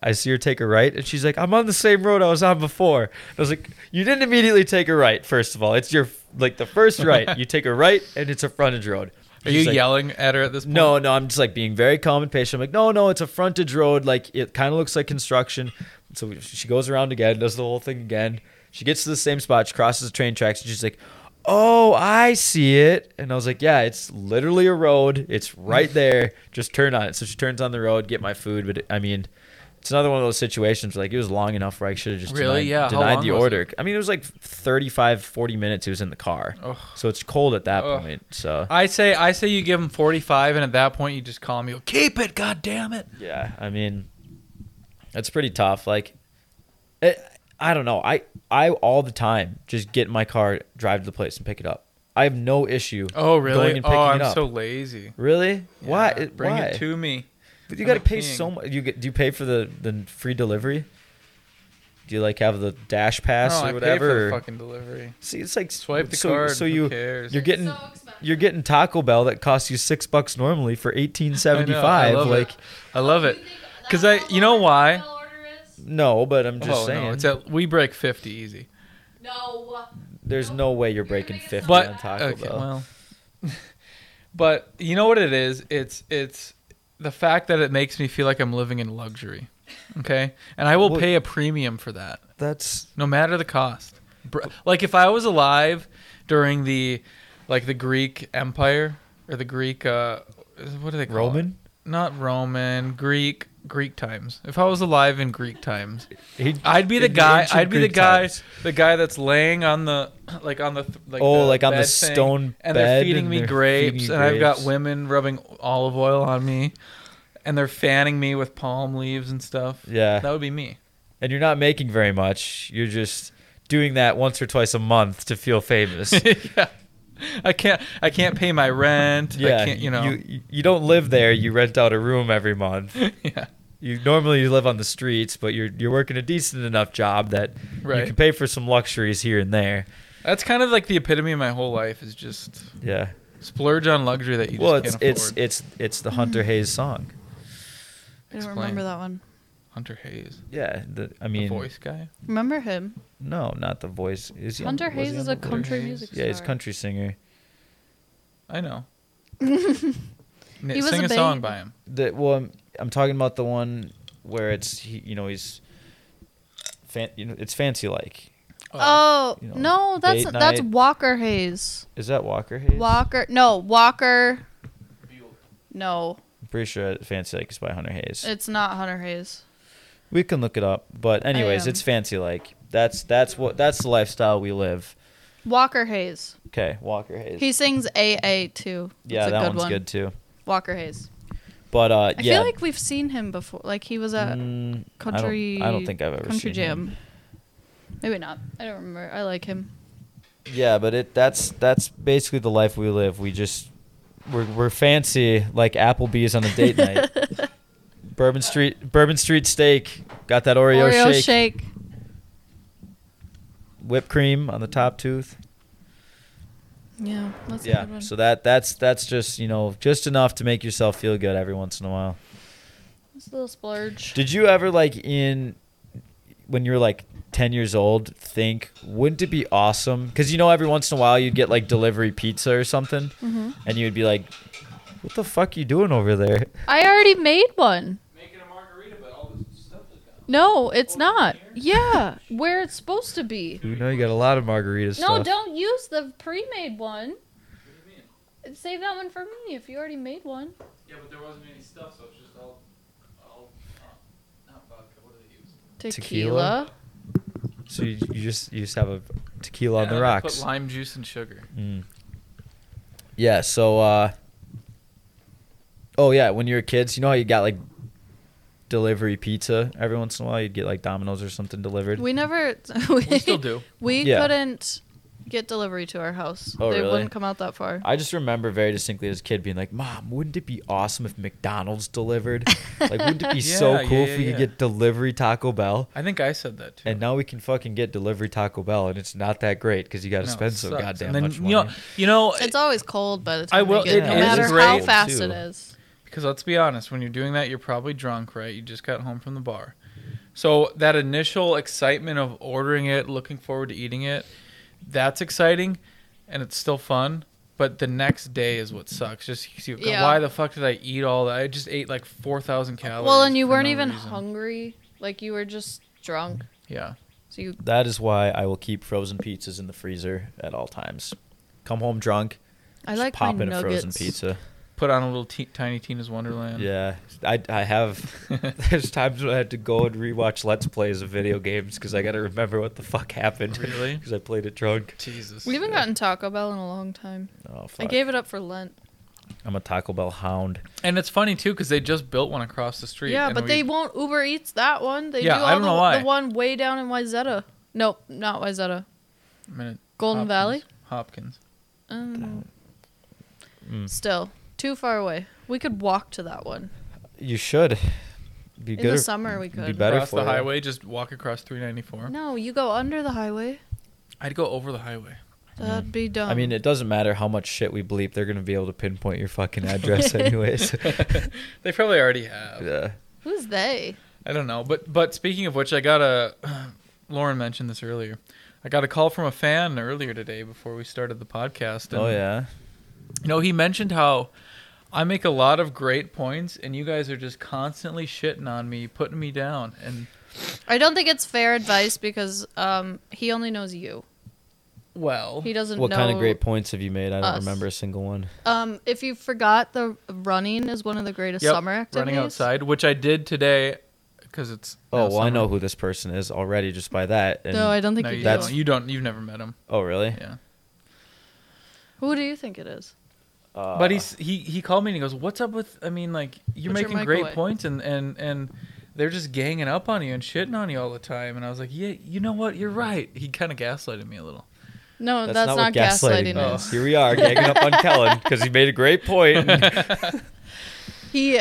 B: I see her take a right. And she's like, I'm on the same road I was on before. I was like, you didn't immediately take a right, first of all. It's your, like, the first right. You take a right and it's a frontage road.
C: Are
B: She's
C: you
B: like,
C: yelling at her at this point?
B: no, no, I'm just like being very calm and patient. I'm like, no, no, it's a frontage road. Like it kind of looks like construction. So she goes around again, does the whole thing again. She gets to the same spot. She crosses the train tracks. And she's like, oh, I see it. And I was like, yeah, it's literally a road. It's right there. Just turn on it. So she turns on the road, get my food. But I mean, It's another one of those situations where like it was long enough where I should have just
C: Really?
B: denied,
C: Yeah, how
B: denied
C: long
B: the
C: was
B: order. I mean, it was like 35, 40 minutes. It was in the car,
C: Ugh.
B: so it's cold at that
C: Ugh.
B: point. So
C: I say I say you give him 45, and at that point you just call him. You go, keep it, god damn it.
B: yeah, I mean, it's pretty tough. Like, it, I don't know. I I all the time just get in my car, drive to the place, and pick it up. I have no issue.
C: Oh
B: Going
C: really?
B: and picking
C: Oh, I'm
B: it up.
C: so lazy.
B: Really? Why?
C: Yeah,
B: It-
C: Bring
B: why?
C: it to me.
B: But you
C: I'm
B: got to
C: a
B: pay
C: king.
B: so much. You get? Do you pay for the the free delivery? Do you like have the dash pass
C: no,
B: or
C: I
B: whatever?
C: pay for
B: or-
C: the fucking delivery.
B: See, it's like
C: Swipe the
B: so,
C: card.
B: So
C: who
B: you
C: cares?
B: you're
A: It's
B: getting
A: so expensive.
B: you're getting Taco Bell that costs you six bucks normally for eighteen seventy
C: I
B: five.
C: love
B: Like
C: it. I
A: Oh,
C: love it. 'Cause I- you know why?
B: no, but I'm just
C: oh
B: saying
C: no, it's at we break 50 easy.
A: No.
B: there's no way you're breaking
A: making
B: fifty
C: But
B: on Taco
C: okay,
B: Bell.
C: well, but you know what it is? It's it's the fact that it makes me feel like I'm living in luxury. Okay, and I will
B: Well-
C: pay a premium for that.
B: That's
C: no matter the cost. Br- Like if I was alive during the like the Greek Empire or the Greek uh what do they call it?
B: Roman.
C: Not Roman, Greek Greek times. If I was alive in Greek times,
B: He-
C: I'd be the
B: in
C: guy
B: ancient
C: I'd be the
B: Greek
C: guy
B: times.
C: the guy that's laying on the like on the th- like
B: Oh,
C: the
B: like on the
C: bed thing,
B: stone bed
C: and they're feeding
B: and
C: me
B: they're
C: grapes
B: feeding you
C: and I've got
B: grapes.
C: women rubbing olive oil on me and they're fanning me with palm leaves and stuff.
B: Yeah.
C: That would be me.
B: and you're not making very much. You're just doing that once or twice a month to feel famous.
C: yeah. I can't I can't pay my rent.
B: yeah,
C: I can't, you know.
B: you you don't live there. You rent out a room every month.
C: yeah.
B: you normally you live on the streets, but you're you're working a decent enough job that you
C: Right.
B: can pay for some luxuries here and there.
C: That's kind of like the epitome of my whole life is just
B: Yeah.
C: splurge on luxury that you
B: well, it's
C: just can't
B: it's
C: afford.
B: it's it's the Hunter Hayes song.
A: I don't
C: Explain.
A: remember that one.
C: Hunter Hayes,
B: Yeah, the, I
C: the
B: mean,
C: voice guy.
A: Remember him?
B: no, not the voice. Is he on-
A: Hunter
B: was he
A: Hayes
B: on
A: is
B: The
A: a
B: Voice?
A: country
C: Hayes?
A: music
B: Yeah, he's a
A: star.
B: country singer.
C: I know.
B: Oh,
C: N-
A: He was
C: Sing
A: a
C: a, song
A: babe.
C: by him.
B: The well, I'm, I'm talking about the one where it's he, you know he's, fan, you know, it's fancy like.
A: Oh,
B: you know,
A: no, that's
B: date
A: that's
B: night.
A: Walker Hayes.
B: Is that Walker Hayes?
A: Walker, no, Walker. No,
B: I'm pretty sure fancy like is by Hunter Hayes.
A: it's not Hunter Hayes.
B: We can look it up, but anyways,
A: am.
B: it's fancy like. That's that's what that's the lifestyle we live.
A: Walker Hayes.
B: Okay, Walker Hayes.
A: He sings AA too. It's
B: yeah,
A: a
B: that
A: good
B: one's
A: one.
B: good too.
A: Walker Hayes.
B: But uh,
A: I
B: yeah,
A: feel like we've seen him before. Like he was at
B: mm, I don't-
A: country.
B: I don't, think I've ever
A: country
B: seen
A: jam.
B: him.
A: Maybe not. I don't remember. I like him.
B: Yeah, but it that's that's basically the life we live. We just we're we're fancy like Applebee's on a date night. Bourbon Street Bourbon Street steak. Got that Oreo,
A: Oreo
B: shake,
A: shake.
B: whipped cream on the top tooth.
A: Yeah, that's a good
B: yeah.
A: one.
B: So that that's that's just, you know, just enough to make yourself feel good every once in a while.
A: It's a little splurge.
B: Did you ever like in when you were like 10 years old think wouldn't it be awesome cuz you know every once in a while you'd get like delivery pizza or something
A: hmm
B: and you'd be like what the fuck you doing over there?
A: I already made one.
C: Making a margarita, but all this stuff is gone.
A: No, it's
C: Over
A: not.
C: here?
A: Yeah, where it's supposed to be.
B: You know you got a lot of margarita
A: No,
B: stuff.
A: don't use the pre-made one.
C: What do you mean?
A: Save that one for me if you already made one.
C: Yeah, but there wasn't any stuff, so it's just all, all not vodka. What do they use?
B: Tequila? So you, you just you just have a tequila on the
C: Put
B: rocks.
C: lime juice and sugar.
B: Mm. Yeah, so uh Oh yeah, when you were kids, you know how you got like delivery pizza every once in a while you'd get like Domino's or something delivered.
A: We never. We,
C: We still do.
A: We
B: Yeah.
A: couldn't get delivery to our house.
B: Oh,
A: they
B: really?
A: wouldn't come out that far.
B: I just remember very distinctly as a kid being like, "Mom, wouldn't it be awesome if McDonald's delivered? Like, wouldn't it be so
C: Yeah,
B: cool
C: yeah,
B: if we
C: yeah,
B: could
C: yeah.
B: get delivery Taco Bell?"
C: I think I said that too.
B: And now we can fucking get delivery Taco Bell, and it's not that great because you got to
C: No,
B: spend
C: it
B: so
C: sucks.
B: goddamn
C: And then,
B: much
C: you
B: money.
C: know- You know,
A: It's always cold by the time
C: Oh, I will-
A: we get
B: it
A: it, no
B: is
A: matter
B: great,
A: how fast
B: too.
A: it is.
C: Because let's be honest, when you're doing that, you're probably drunk, right? You just got home from the bar. So that initial excitement of ordering it, looking forward to eating it, that's exciting and it's still fun. But the next day is what sucks. Just you see,
A: Yeah.
C: why the fuck did I eat all that? I just ate like 4,000 calories.
A: Well, and you
C: for
A: weren't
C: no
A: even
C: reason.
A: hungry. Like you were just drunk.
C: Yeah.
A: So you
B: that is why I will keep frozen pizzas in the freezer at all times. Come home drunk,
A: I
B: just
A: like
B: pop
A: my
B: in a
A: nuggets.
B: frozen pizza.
C: put on a little te- Tiny Tina's Wonderland.
B: Yeah, I, I have. There's times when I had to go and rewatch Let's Plays of video games because I got to remember what the fuck happened.
C: Really?
B: Because I played it drunk.
C: Jesus.
A: We haven't gotten Taco Bell in a long time.
B: Oh,
A: I
B: fuck.
A: gave it up for Lent.
B: I'm a Taco Bell hound.
C: And it's funny too because they just built one across the street.
A: yeah,
C: and
A: but
C: we-
A: they won't Uber Eats that one. They
C: Yeah,
A: do all
C: I don't
A: the,
C: know why.
A: the one way down in Wyzetta. Nope, not Wyzetta.
C: I mean, it-
A: Golden
C: Hopkins-
A: Valley.
C: Hopkins.
A: I don't know.
B: Mm.
A: Um, Still too far away. We could walk to that one
B: You should. Be
A: in
B: good.
A: the summer. We
B: Be
A: could.
B: better
C: across
B: for
C: the
B: you.
C: highway, just walk across 394.
A: No, you go under the highway.
C: I'd go over the highway.
A: That'd be dumb.
B: I mean, it doesn't matter how much shit we bleep; they're gonna be able to pinpoint your fucking address, anyways.
C: They probably already have.
B: yeah.
A: who's they?
C: I don't know, but but speaking of which, I got a Lauren mentioned this earlier. I got a call from a fan earlier today before we started the podcast. and,
B: Oh yeah.
C: You know, he mentioned how I make a lot of great points, and you guys are just constantly shitting on me, putting me down, and
A: I don't think it's fair advice because um, he only knows you.
C: well,
A: He doesn't
B: What
A: know
B: kind of great points have you made? I don't
A: us.
B: remember a single one.
A: Um, if you forgot, the running is one of the greatest
C: Yep,
A: summer activities.
C: running outside, which I did today because it's
B: Oh
C: now
B: well, I
C: summer.
B: know who this person is already just by that. And,
A: No, I don't think
C: No,
A: you,
C: you,
A: do.
B: That's-
C: don't. you don't. You've never met him.
B: oh really?
C: Yeah.
A: Who do you think it is?
B: Uh,
C: but he's he he called me and he goes, "What's up with? I mean, like you're
A: What's your
C: making
A: mic
C: great
A: away?"
C: points and and and they're just ganging up on you and shitting on you all the time." And I was like, "Yeah, you know what? You're right." He kind of gaslighted me a little.
A: No,
B: Uh, That's,
A: that's,
B: not,
A: not,
B: what
A: gaslighting.
B: gaslighting,
C: gaslighting
B: is.
C: is.
B: Here we are ganging up on Kellen because he made a great point. and-
C: Oh.
A: He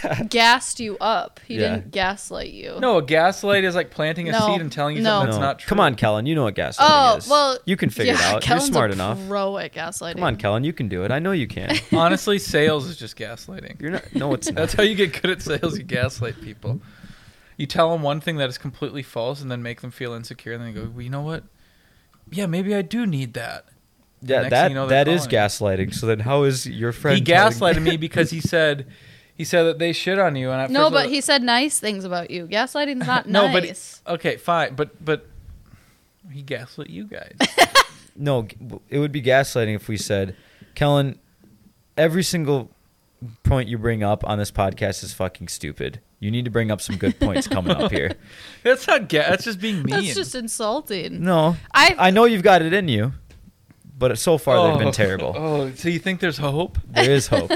B: God.
A: gassed you up. He
B: Yeah.
A: didn't gaslight you.
C: No, a gaslight is like planting a
A: No,
C: seed and telling you
A: no.
C: something that's
B: No.
C: not true.
B: Come on, Kellen. You know what gaslighting
A: Oh
B: is.
A: well,
B: you can figure
A: yeah,
B: it out.
A: Kellen's
B: You're smart
A: a
B: enough.
A: Pro at gaslighting.
B: Come on, Kellen. You can do it. I know you can.
C: Honestly, sales is just gaslighting.
B: You're not. No, it's
C: That's
B: not.
C: how you get good at sales. You gaslight people. You tell them one thing that is completely false and then make them feel insecure. And then they go, well, "You know what? Yeah, maybe I do need that."
B: Yeah,
C: Next thing
B: that
C: you know, they're
B: that is
C: calling.
B: gaslighting. So then, how is your friend?
C: he
B: telling-
C: gaslighted me because he said he said that they shit on you and I
A: No, but he said nice things about you. Gaslighting's not
C: no
A: nice.
C: but okay fine but but he gaslit you guys
B: No, g- w- it would be gaslighting if we said, Kellen, every single point you bring up on this podcast is fucking stupid. You need to bring up some good points coming up here.
C: that's not ga- that's just being mean
A: That's just insulting.
B: No,
A: I
B: I know you've got it in you, but so far they've been terrible.
C: oh so you think there's hope
B: There is hope.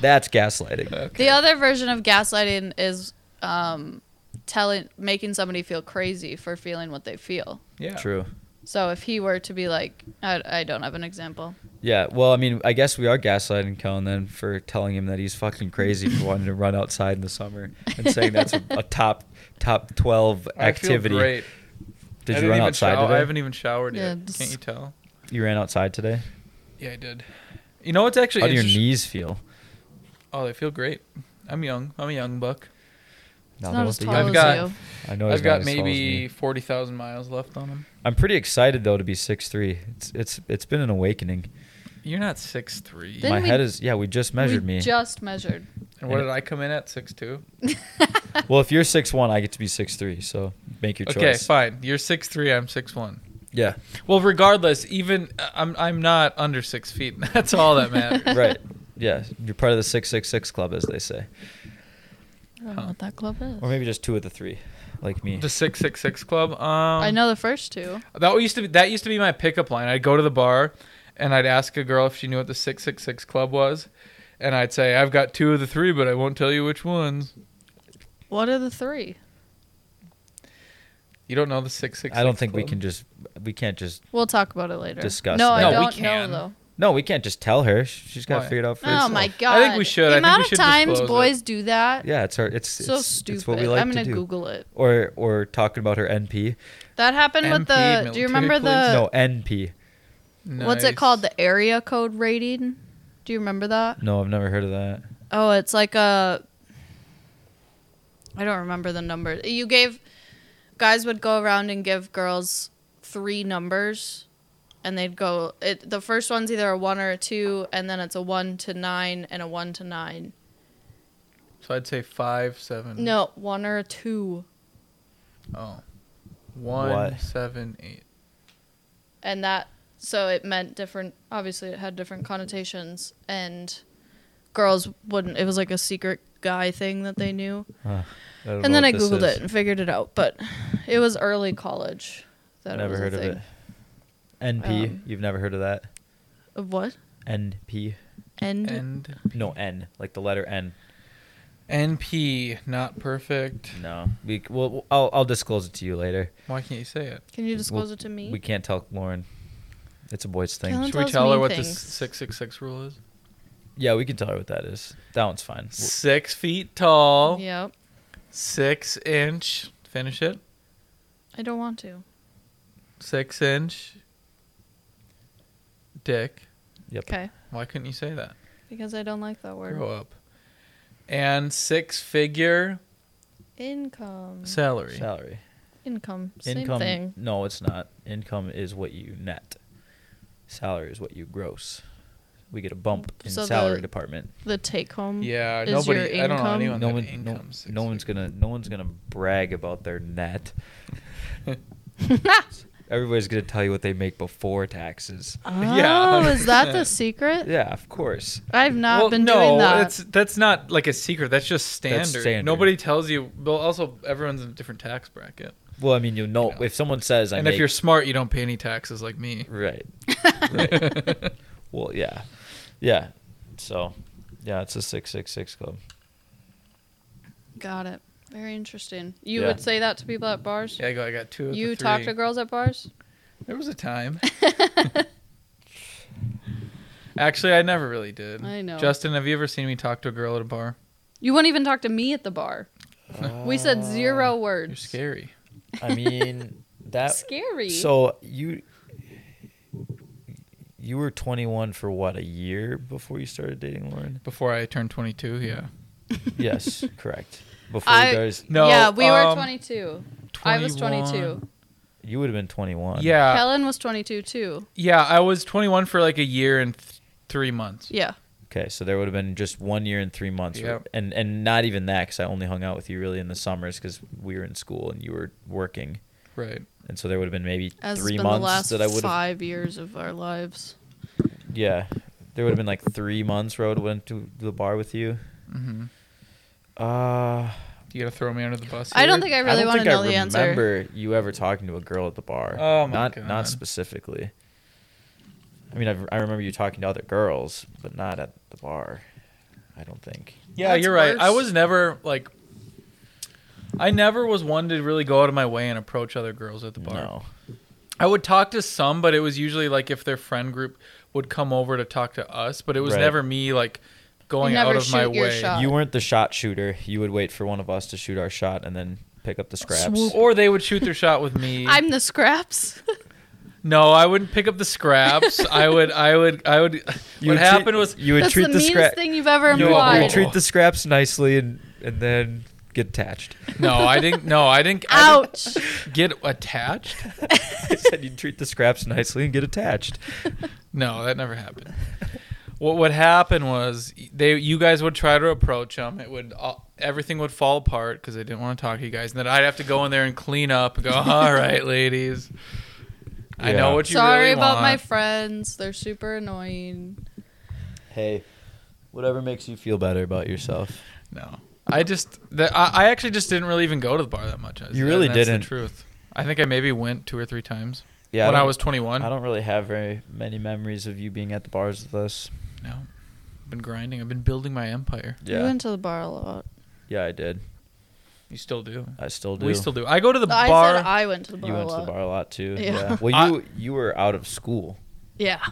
B: That's gaslighting.
C: okay.
A: the other version of gaslighting is um, telling making somebody feel crazy for feeling what they feel.
C: yeah
B: True.
A: So if he were to be like, I, I don't have an example.
B: Yeah. Well, I mean, I guess we are gaslighting Kellen then for telling him that he's fucking crazy for wanting to run outside in the summer and saying that's a, a top top twelve
C: I
B: activity.
C: feel great. I
B: Did
C: didn't
B: you run
C: even
B: outside
C: shower- I
B: today?
C: haven't even showered
A: Yeah,
C: yet
A: just-
C: can't you tell
B: You ran outside today.
C: yeah I did you know what's actually
B: How do your
C: interest-
B: knees feel?
C: oh they feel great I'm young I'm a young buck
A: It's
B: No,
A: not
B: they
A: as
B: don't
A: tall
B: think-
C: I've
A: as
C: got-
A: you.
B: I know he's
C: I've got
B: not as tall as
C: maybe
B: me.
C: forty thousand miles left on them
B: I'm pretty excited though to be six three. It's it's it's been an awakening.
C: you're not six three
A: Didn't
B: My
A: we-
B: head is yeah. We just measured
A: we
B: me.
A: Just measured.
C: and what did I come in at six two
B: well, if you're six one, I get to be six three. So make your
C: Okay,
B: choice.
C: fine. You're six three. I'm six one.
B: Yeah.
C: Well, regardless, even uh, I'm I'm not under six feet. That's all that matters.
B: Right. Yeah. You're part of the six six six club, as they say,
A: I don't
C: Huh.
A: know what that club is.
B: or maybe just two of the three, like me.
C: the six six six club. Um,
A: I know the first two.
C: that used to be that used to be my pickup line. I'd go to the bar, and I'd ask a girl if she knew what the six six six club was, and I'd say I've got two of the three, but I won't tell you which ones.
A: What are the three?
C: You don't know the six six.
B: I don't think we can just we can't just
A: We'll talk about it later.
B: Discuss
A: No,
B: that.
A: I
B: No,
C: we
A: don't know
C: can.
A: though.
B: no we can't just tell her. Sh- She's got to
C: Why?
B: figure it out for
A: Oh
B: herself.
A: my god!
C: I think we should. I
A: The
C: think we
A: amount
C: should
A: of times
C: disclose it.
A: boys do that.
B: Yeah, it's her. It's
A: so
B: it's,
A: stupid.
B: It's what we like
A: I'm
B: to
A: gonna
B: do.
A: Google it.
B: Or or talking about her NP.
A: That happened with
C: MP,
A: the. Do
C: military
A: you remember
C: police.
A: the?
B: no NP.
A: What's it called? The area code rating. Do you remember that?
B: No, I've never heard of that.
A: Oh, it's like a. I don't remember the number. You gave. Guys would go around and give girls three numbers, and they'd go. It the first one's either a one or a two, and then it's a one to nine and a one to nine.
C: so I'd say five seven.
A: No, one or a two,
C: Oh. One
B: What?
C: seven eight.
A: and that so it meant different obviously it had different connotations and girls wouldn't it was like a secret guy thing that they knew
B: I don't know
A: and then
B: what
A: i
B: this
A: googled
B: is.
A: it and figured it out but it was early college that it
B: Never
A: was
B: heard
A: a
B: of
A: thing.
B: it. NP.
A: Um,
B: You've never heard of that?
A: of what
B: NP.
A: and,
C: And
B: No N, like the letter N.
C: NP, not perfect.
B: No. We well, I'll I'll disclose it to you later.
C: Why can't you say it?
A: can you disclose
B: Well,
A: it to me
B: We can't tell Lauren. It's a boys thing.
A: Tell him. Don't
C: Should
A: tell us
C: we tell her
A: mean
C: what the
A: things.
C: six six six rule is?
B: Yeah, we can tell her what that is. That one's fine.
C: Six feet tall,
A: yep
C: six inch. Finish it.
A: i don't want to
C: Six inch. Dick.
B: Yep.
A: okay
C: Why couldn't you say that?
A: because i don't like that word
C: Grow up. And six figure
A: income
C: salary.
B: Salary.
A: income same
B: Income.
A: thing
B: No, it's not. Income is what you net. Salary is what you gross. We get a bump in
A: So
B: salary
A: the-
B: department.
A: the take home
C: Yeah,
A: Is
C: nobody.
A: your
C: I don't know
A: income-
C: anyone
B: No
C: that
B: one, no,
C: income six
B: no one's
C: figure.
B: gonna, no one's gonna brag about their net. Everybody's gonna tell you what they make before taxes.
A: Oh,
C: Yeah,
A: is that the
C: 100%.
A: secret?
B: Yeah, of course.
A: I've not
C: well,
A: been
C: no,
A: doing that.
C: It's, that's not like a secret. That's just standard.
B: That's standard.
C: Nobody tells you. Well, also everyone's in a different tax bracket.
B: Well, I mean, you know,
C: You know.
B: if someone says, "I
C: and if
B: make-
C: you're smart, you don't pay any taxes like me.
B: Right. Right. well, yeah, yeah. So, yeah, it's a six six six club.
A: Got it. Very interesting. You
B: Yeah.
A: would say that to people at bars?
C: Yeah, I go. I got two. Of
A: you
C: the
A: talk to
C: three.
A: girls at bars?
C: There was a time. Actually, I never really did.
A: I know.
C: Justin, have you ever seen me talk to a girl at a bar?
A: You wouldn't even talk to me at the bar. we
B: Uh,
A: said zero words.
C: You're scary.
B: I mean, that.
A: Scary.
B: So you you were 21 for what a year before you started dating Lauren?
C: Before I turned 22, yeah.
B: yes, correct. Before
A: I-
B: you guys,
C: No,
A: yeah, we were
C: um,
A: 22. I was 22.
B: you would have been 21.
C: Yeah,
A: Helen was 22 too.
C: yeah. I was 21 for like a year and th- three months.
A: Yeah.
B: Okay, so there would have been just one year and three months,
C: Yep.
B: and and not even that because I only hung out with you really in the summers because we were in school and you were working,
C: Right.
B: and so there would have been maybe
A: As
B: three
A: been
B: months
A: the last
B: that I would have.
A: five years of our lives.
B: Yeah, there would have been like three months where I would went to the bar with you.
C: Mm-hmm.
B: Uh,
C: You gotta throw me under the bus.
A: I don't
C: here?
A: think I really
B: don't
A: want to
B: think
A: know
B: I
A: the answer.
B: remember you ever talking to a girl at the bar.
C: Oh my
B: not,
C: God.
B: Not specifically. I mean, I've, I remember you talking to other girls, but not at the bar. I don't think.
C: Yeah,
A: That's
C: you're right. I
A: worse.
C: was never like. I never was one to really go out of my way and approach other girls at the bar.
B: No.
C: I would talk to some, but it was usually like if their friend group would come over to talk to us, but it was
B: Right.
C: never me like going
A: You never
C: out of my
A: shoot your
C: way.
A: shot.
B: You weren't the shot shooter. You would wait for one of us to shoot our shot and then pick up the scraps.
A: Swoop.
C: Or they would shoot their shot with me.
A: I'm the scraps.
C: no, I wouldn't pick up the scraps. I would, I would, I would.
B: You
C: what
B: would treat-
C: happened was
B: you would
A: That's
B: treat
A: the,
B: the,
A: meanest
B: scraps.
A: thing you've ever
B: You
C: No.
B: would, you
A: implied.
B: would treat the scraps nicely and and then get attached.
C: no, I didn't. No, I didn't. I didn't
A: Ouch.
C: get attached.
B: I said you'd treat the scraps nicely and get attached.
C: No, that never happened. what would happen was they you guys would try to approach them. It would all, everything would fall apart because they didn't want to talk to you guys, and then I'd have to go in there and clean up and go, "All right, ladies, I
B: Yeah.
C: know what you
A: Sorry
C: really
A: about my
C: want."
A: friends. They're super annoying.
B: Hey, whatever makes you feel better about yourself.
C: no, I just that I, I actually just didn't really even go to the bar that much. I-
B: You really
C: and that's
B: didn't.
C: The truth. I think I maybe went two or three times
B: Yeah.
C: when
B: don't-
C: I was 21.
B: I don't really have very many memories of you being at the bars with us.
C: No, I've been grinding. I've been building my empire.
A: You went to the bar a lot.
B: Yeah, I did.
C: You still do.
B: I still do.
C: We still do. I go to the
A: I
C: bar.
A: said I went to the bar
B: You
A: a
B: went to
A: lot.
B: the bar a lot too.
A: Yeah.
B: Yeah. Well,
C: I-
B: you you were out of school
A: Yeah.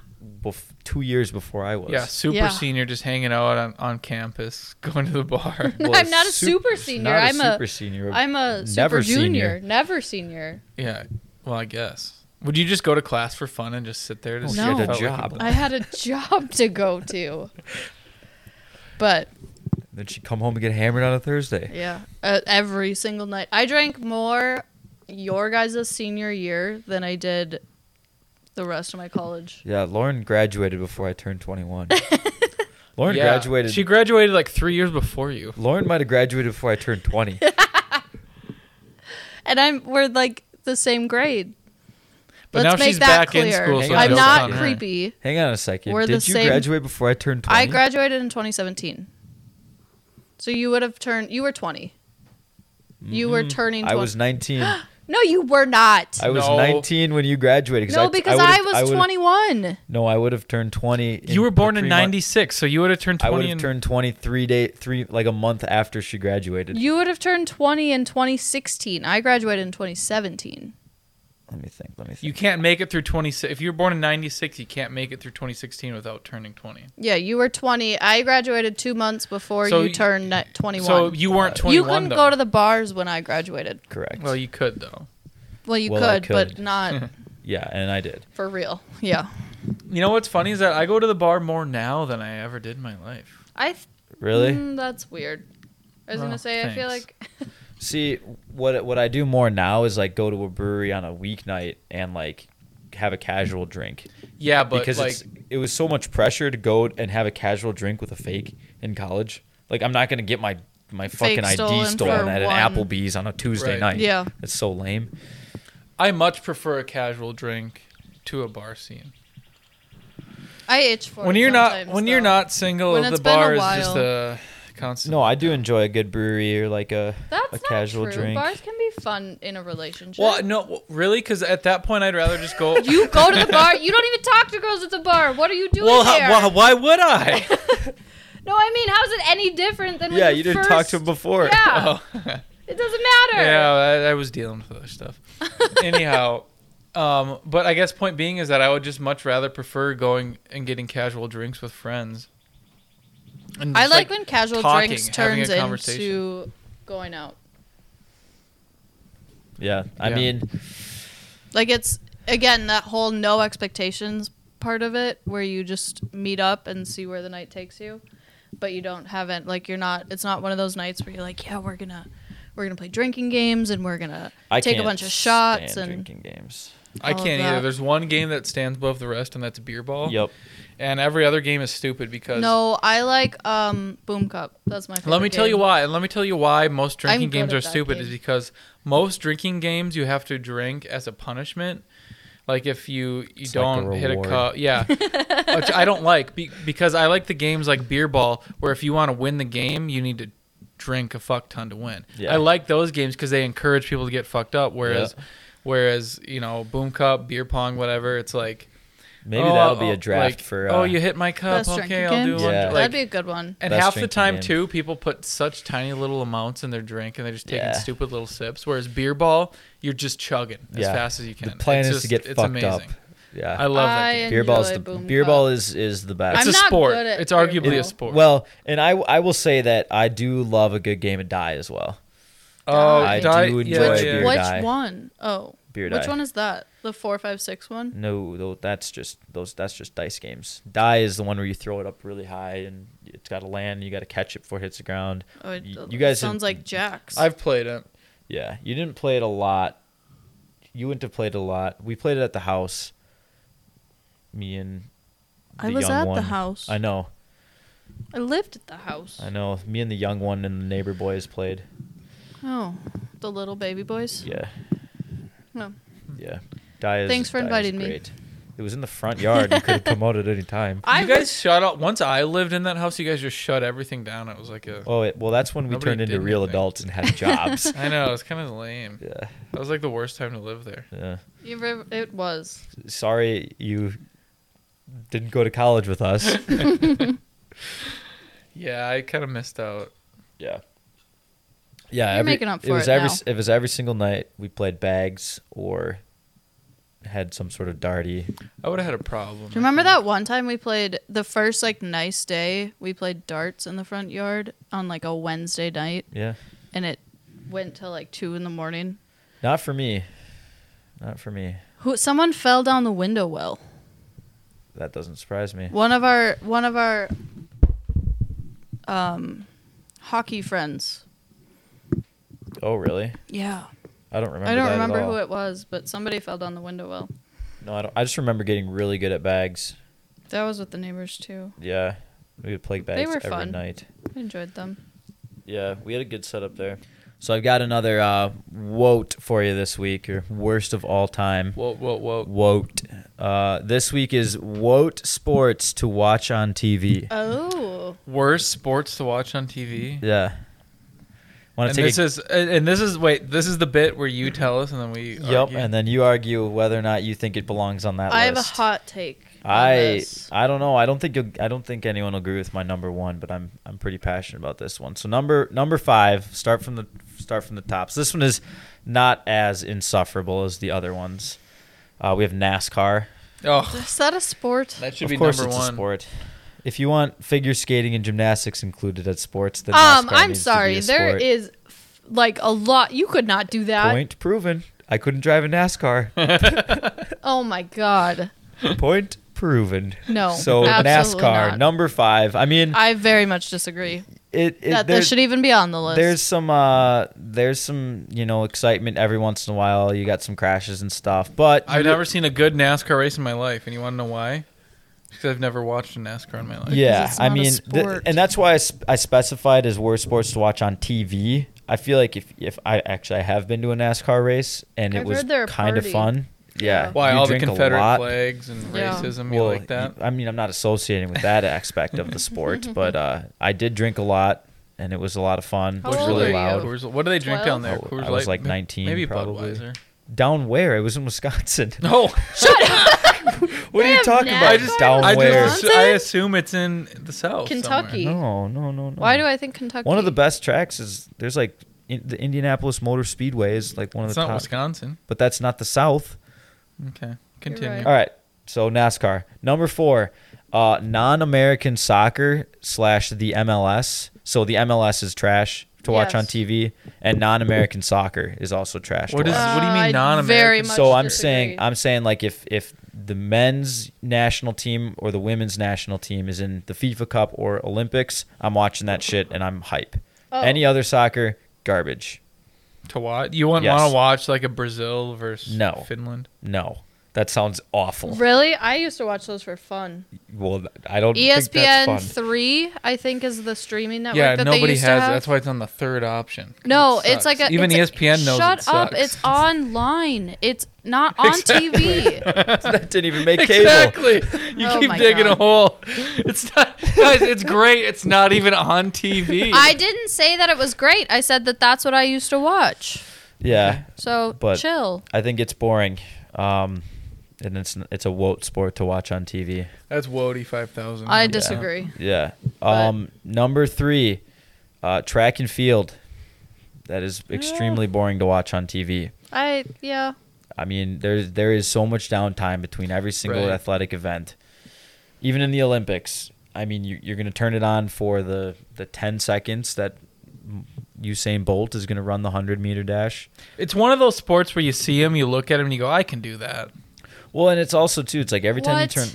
B: bef- 2 years before I was.
C: Yeah, super
A: Yeah.
C: senior, just hanging out on, on campus, going to the bar.
B: Well,
A: I'm not a
B: sup-
A: super senior.
B: Not
A: I'm a-
B: super senior.
A: I'm a super
B: Never
A: junior,
B: senior.
A: never senior.
C: yeah, well, I guess. Would you just go to class for fun and just sit there? To
B: Oh,
C: see
A: she had
C: if
A: a
C: it felt like
B: job.
A: I had a job to go to. But
B: Then she'd come home and get hammered on a Thursday.
A: yeah, uh, every single night I drank more your guys' senior year than I did the rest of my college.
B: Yeah, Lauren graduated before I turned 21. Lauren
C: Yeah,
B: graduated.
C: She graduated like three years before you.
B: Lauren might have graduated before I turned 20.
A: And I'm we're like the same grade.
C: But
A: Let's
C: now
A: make
C: she's
A: that
C: back
A: clear.
C: in school, so
B: Hang
A: I'm
B: don't
A: not
B: count her.
A: creepy.
B: Hang on a second.
A: We're the
B: Did you
A: same-
B: graduate before I turned 20?
A: I graduated in 2017. So you would have turned. You were 20. You were
C: Mm-hmm.
B: Mhm.
A: turning. 20.
B: I was 19. I
A: No, you were not.
B: was
C: No.
B: 19 when you graduated.
A: no, because
B: would've-
A: I, was
B: would've-
A: 21.
B: No, I would have turned 20.
C: You were born
B: the
C: in
B: three month-
C: '96, so you would have turned
B: I
C: 20.
B: would have
C: in-
B: turned 23 day three like a month after she graduated.
A: You would have turned 20 in 2016. I graduated in 2017.
B: let me think. Let me think.
C: You can't make it through 26. If you were born in '96, you can't make it through 2016 without turning 20.
A: Yeah, you were 20. I graduated two months before
C: So
A: you
C: y-
A: turned ni- 21.
C: So you weren't 21.
A: you couldn't
C: though.
A: go to the bars when I graduated.
B: Correct.
C: Well, you could though.
A: Well, you
B: Well, I
A: could, but
B: could.
A: not
B: yeah, and I did.
A: for real. Yeah.
C: You know what's funny is that I go to the bar more now than I ever did in my life.
A: I th-
B: Really?
A: Mm, that's weird. I was
C: Well,
A: gonna say I feel
C: Oh, thanks.
A: like
B: See, what what I do more now is like go to a brewery on a weeknight and like have a casual drink
C: Yeah, but
B: because
C: like,
B: it's, it was so much pressure to go and have a casual drink with a fake in college. Like I'm not gonna get my my
A: Fake
B: fucking ID
A: stolen
B: stolen,
A: for
B: at
A: one.
B: an Applebee's on a Tuesday
C: Right.
B: night.
A: Yeah.
B: it's so lame.
C: I much prefer a casual drink to a bar scene.
A: I itch for
C: when
A: it
C: you're not
A: sometimes,
C: when you're
A: though.
C: not single,
A: When
C: the
A: it's been a
C: bar is just
A: while.
C: a constant.
B: No, I do enjoy a good brewery or like a
A: That's
B: a
A: not
B: casual
A: true.
B: drink.
A: Bars can be fun in a relationship.
C: Well, no, w- really, because at that point, I'd rather just go.
A: You go to the bar. You don't even talk to girls at the bar. What are you doing
C: well,
A: there?
C: how, why, why would I?
A: no, I mean, how's it any different than when
B: yeah,
A: you,
B: you didn't
A: first...
B: talk to him before.
A: Yeah,
C: Oh.
A: it doesn't matter.
C: Yeah, I, I was dealing with other stuff. Anyhow, um, but I guess point being is that I would just much rather prefer going and getting casual drinks with friends. And
A: I
C: just,
A: like, when casual
C: talking,
A: drinks
C: having a
A: turns
C: conversation.
A: into going out.
B: Yeah, I
C: Yeah.
B: mean,
A: Like it's again that whole no expectations part of it, where you just meet up and see where the night takes you, but you don't have it. Like you're not. It's not one of those nights where you're like, yeah, we're gonna. We're gonna play drinking games and we're gonna
B: I
A: take a
B: can't
A: bunch of shots
B: stand
A: and
B: drinking games.
C: I
A: all of
C: can't
A: that.
C: either. There's one game that stands above the rest, and that's beer ball.
B: Yep.
C: And every other game is stupid because.
A: No, I like um Boom Cup. That's my favorite.
C: Let me tell you
A: game.
C: why, and let me tell you why most drinking
A: I'm good
C: games
A: at
C: are
A: that
C: stupid
A: game.
C: is because most drinking games you have to drink as a punishment. Like if you you
B: It's like a
C: don't hit a
B: reward.
C: cup, yeah, which I don't like be, because I like the games like beer ball where if you want to win the game you need to drink a fuck ton to win.
B: Yeah.
C: I like those games because they encourage people to get fucked up. Whereas, whereas you know boom cup, beer pong, whatever, it's like
B: Maybe
C: oh,
B: that'll be
C: oh,
B: a draft
C: like,
B: for.
C: oh
B: uh,
C: you hit my cup,
A: Best
C: okay
A: drinking
C: I'll do
A: games?
C: one.
B: Yeah.
C: Like,
A: That'd be a good one.
C: and
B: Best
C: half the
B: drinking
C: time
B: game.
C: too, people put such tiny little amounts in their drink, and they're just taking
B: Yeah.
C: stupid little sips. Whereas beer ball, you're just chugging as
B: Yeah.
C: fast as you can.
B: The plan
C: It's
B: is
C: just-
B: to get
C: it's
B: fucked
C: amazing.
B: up. Yeah.
C: I love that.
A: I
C: Game.
B: beer ball is the
A: enjoy Boom
B: beer
A: Cup.
B: ball is is the best.
C: It's
A: I'm
C: a
A: not
C: sport.
A: good at
C: It's
A: beer
C: arguably
A: ball.
C: a sport.
B: Well, and I I will say that I do love a good game of die as well.
C: oh,
A: I
C: di-
B: do
C: yeah,
B: enjoy
A: which
C: yeah.
B: beer.
A: which
B: dye.
A: one? Oh,
B: Beer
A: which
B: dye. Mm.
A: one is that? The four five six one?
B: No, though that's just those that's just dice games. Die is the one where you throw it up really high and it's got to land. And you got to catch it before it hits the ground.
A: Oh, it,
B: You- you guys
A: sounds
B: didn't-
A: like Jack's.
C: I've played it.
B: Yeah, you didn't play it a lot. You went to play it a lot. We played it at the house. Me and
A: I
B: the
A: was
B: young
A: at the
B: one.
A: house.
B: I know,
A: I lived at the house.
B: I know. Me and the young one and the neighbor boys played.
A: Oh, the little baby boys.
B: Yeah,
A: No.
B: yeah. Die is,
A: Thanks for
B: die is
A: inviting me.
B: great. It was in the front yard. You could have come out at any time.
A: I
C: you guys
A: was-
C: shut up. Once I lived in that house, you guys just shut everything down. It was like a.
B: Oh, it, well, that's when we
C: Nobody
B: turned into
C: did
B: real
C: anything.
B: adults and had jobs.
C: I know. It was kind of lame.
B: yeah,
C: That was like the worst time to live there.
B: yeah.
A: You re- it was.
B: Sorry you didn't go to college with us.
C: Yeah, I kind of missed out.
B: Yeah. Yeah,
A: You're
B: every,
A: making up
B: it
A: for
B: was
A: it
B: every
A: now.
B: it was every single night we played bags or had some sort of darty.
C: I would have had a problem.
A: Do you remember that one time we played the first like nice day? We played darts in the front yard on like a Wednesday night,
B: Yeah,
A: and it went till like two in the morning.
B: not for me, not for me.
A: Who? Someone fell down the window well.
B: That doesn't surprise me.
A: One of our one of our um hockey friends.
B: Oh, really?
A: Yeah.
B: I don't remember.
A: I don't
B: that
A: remember
B: at all.
A: who it was, but somebody fell down the window well.
B: No, I don't. I just remember getting really good at bags.
A: That was with the neighbors too.
B: Yeah, we would play bags
A: were
B: every
A: fun.
B: night.
A: I enjoyed them.
B: Yeah, we had a good setup there. So I've got another uh, wote for you this week, your worst of all time.
C: Whoa, whoa, whoa.
B: Wote. Uh, this week is wote sports to watch on TV.
A: Oh.
C: Worst sports to watch on TV.
B: Yeah. Want
C: And
B: to take
C: this
B: a,
C: is and and this is wait this is the bit where you tell us and then we
B: yep,
C: argue.
B: and then you argue whether or not you think it belongs on that
A: I have a
B: list.
A: hot take. on
B: I
A: this.
B: I don't know. I don't think you'll, I don't think anyone will agree with my number one, but I'm I'm pretty passionate about this one. So number number five. Start from the start from the tops. This one is not as insufferable as the other ones. Uh, we have NASCAR.
C: oh
A: Is that a sport?
C: that should
B: of
C: be
B: course,
C: number
B: it's a
C: one.
B: sport. If you want figure skating and gymnastics included as sports, then
A: Um,
B: NASCAR
A: I'm
B: needs to be
A: sorry.
B: a
A: There
B: sport.
A: is like a lot. You could not do that.
B: point proven. I couldn't drive a NASCAR.
A: Oh my god.
B: point proven.
A: No.
B: So
A: absolutely
B: NASCAR
A: not.
B: number five. I mean,
A: I very much disagree
B: it, it
A: that
B: there-
A: this should even be on the list.
B: There's some uh there's some, you know, excitement every once in a while. You got some crashes and stuff. But
C: I've never seen a good NASCAR race in my life, and you want to know why? Because I've never watched a NASCAR in my life.
B: yeah,
A: it's
B: I
A: not a
B: mean,
A: sport.
B: and that's why I, sp- I specified as worst sports to watch on TV. I feel like if if I actually I have been to a NASCAR race and
A: I've
B: it was
A: heard they're a
B: kind of
A: party.
B: fun.
A: Yeah.
B: Yeah.
C: Why
B: you
C: all the
B: drink a
C: Confederate
B: lot.
C: flags and
A: Yeah.
C: racism?
B: Well,
C: you like that?
B: you- I mean, I'm not associating with that aspect of the sport, but uh, I did drink a lot and it was a lot of fun.
A: How
B: it
A: old
B: was really
A: are you?
B: loud.
C: Coors- what do they drink down there?
B: Twelve? I was like
C: Light?
B: 19
C: maybe
B: probably.
C: Budweiser.
B: Down where? It was in Wisconsin.
C: No,
B: what
A: They
B: are you
A: have
B: talking about?
A: NASCAR
B: I
A: in
B: just down
C: I
B: where?
C: just I assume it's in the south,
A: Kentucky.
B: No, no, no, no.
A: Why do I think Kentucky?
B: One of the best tracks is there's like in, the Indianapolis Motor Speedway is like one of
C: Somewhere. It's
B: the
C: not
B: top,
C: Wisconsin.
B: but that's not the South.
C: Okay, continue.
A: right.
B: All right, so NASCAR number four, uh, non-American soccer slash the MLS. So the MLS is trash to
A: Yes.
B: watch on TV, and non-American soccer is also trash.
C: What
B: to
C: is-
B: watch.
C: what do you mean
A: I
C: non-American?
A: Very Uh, much
B: so I'm
A: disagree.
B: saying I'm saying like if if the men's national team or the women's national team is in the FIFA Cup or Olympics, I'm watching that shit and I'm hype.
A: Oh.
B: Any other soccer, garbage.
C: To watch, you wouldn't
B: Yes.
C: want to watch like a Brazil versus
B: No.
C: Finland.
B: No, that sounds awful.
A: Really? I used to watch those for fun. E
B: Well, I don't think that's
A: ESPN
B: fun.
A: three, I think, is the streaming network
C: yeah,
A: that they
C: nobody
A: used
C: has.
A: to
C: it.
A: have.
C: That's why it's on the third option.
A: no,
C: It
A: it's like
C: sucks.
A: a
C: even E
A: it's a-
C: ESPN knows.
A: Shut
C: it
A: up!
C: sucks.
A: It's online. It's not on TV.
B: that didn't even make cable.
C: Exactly. You
A: Oh
C: keep
A: my
C: digging a
A: God.
C: hole. It's not, guys. It's great. It's not even on TV.
A: I didn't say that it was great. I said that that's what I used to watch.
B: Yeah,
A: So
B: But-
A: chill.
B: I think it's boring, um, and it's it's a woke sport to watch on TV.
C: That's Wody five thousand.
A: I disagree.
B: Yeah.
A: But-
B: Um, number three, uh, track and field. That is
A: Ah.
B: extremely boring to watch on TV.
A: I yeah.
B: I mean, there's there is so much downtime between every single
C: Right.
B: athletic event, even in the Olympics. I mean, you, you're going to turn it on for the the ten seconds that Usain Bolt is going to run the hundred meter dash.
C: It's one of those sports where you see him, you look at him, and you go, "I can do that."
B: Well, and it's also too. It's like every time
A: What?
B: you turn,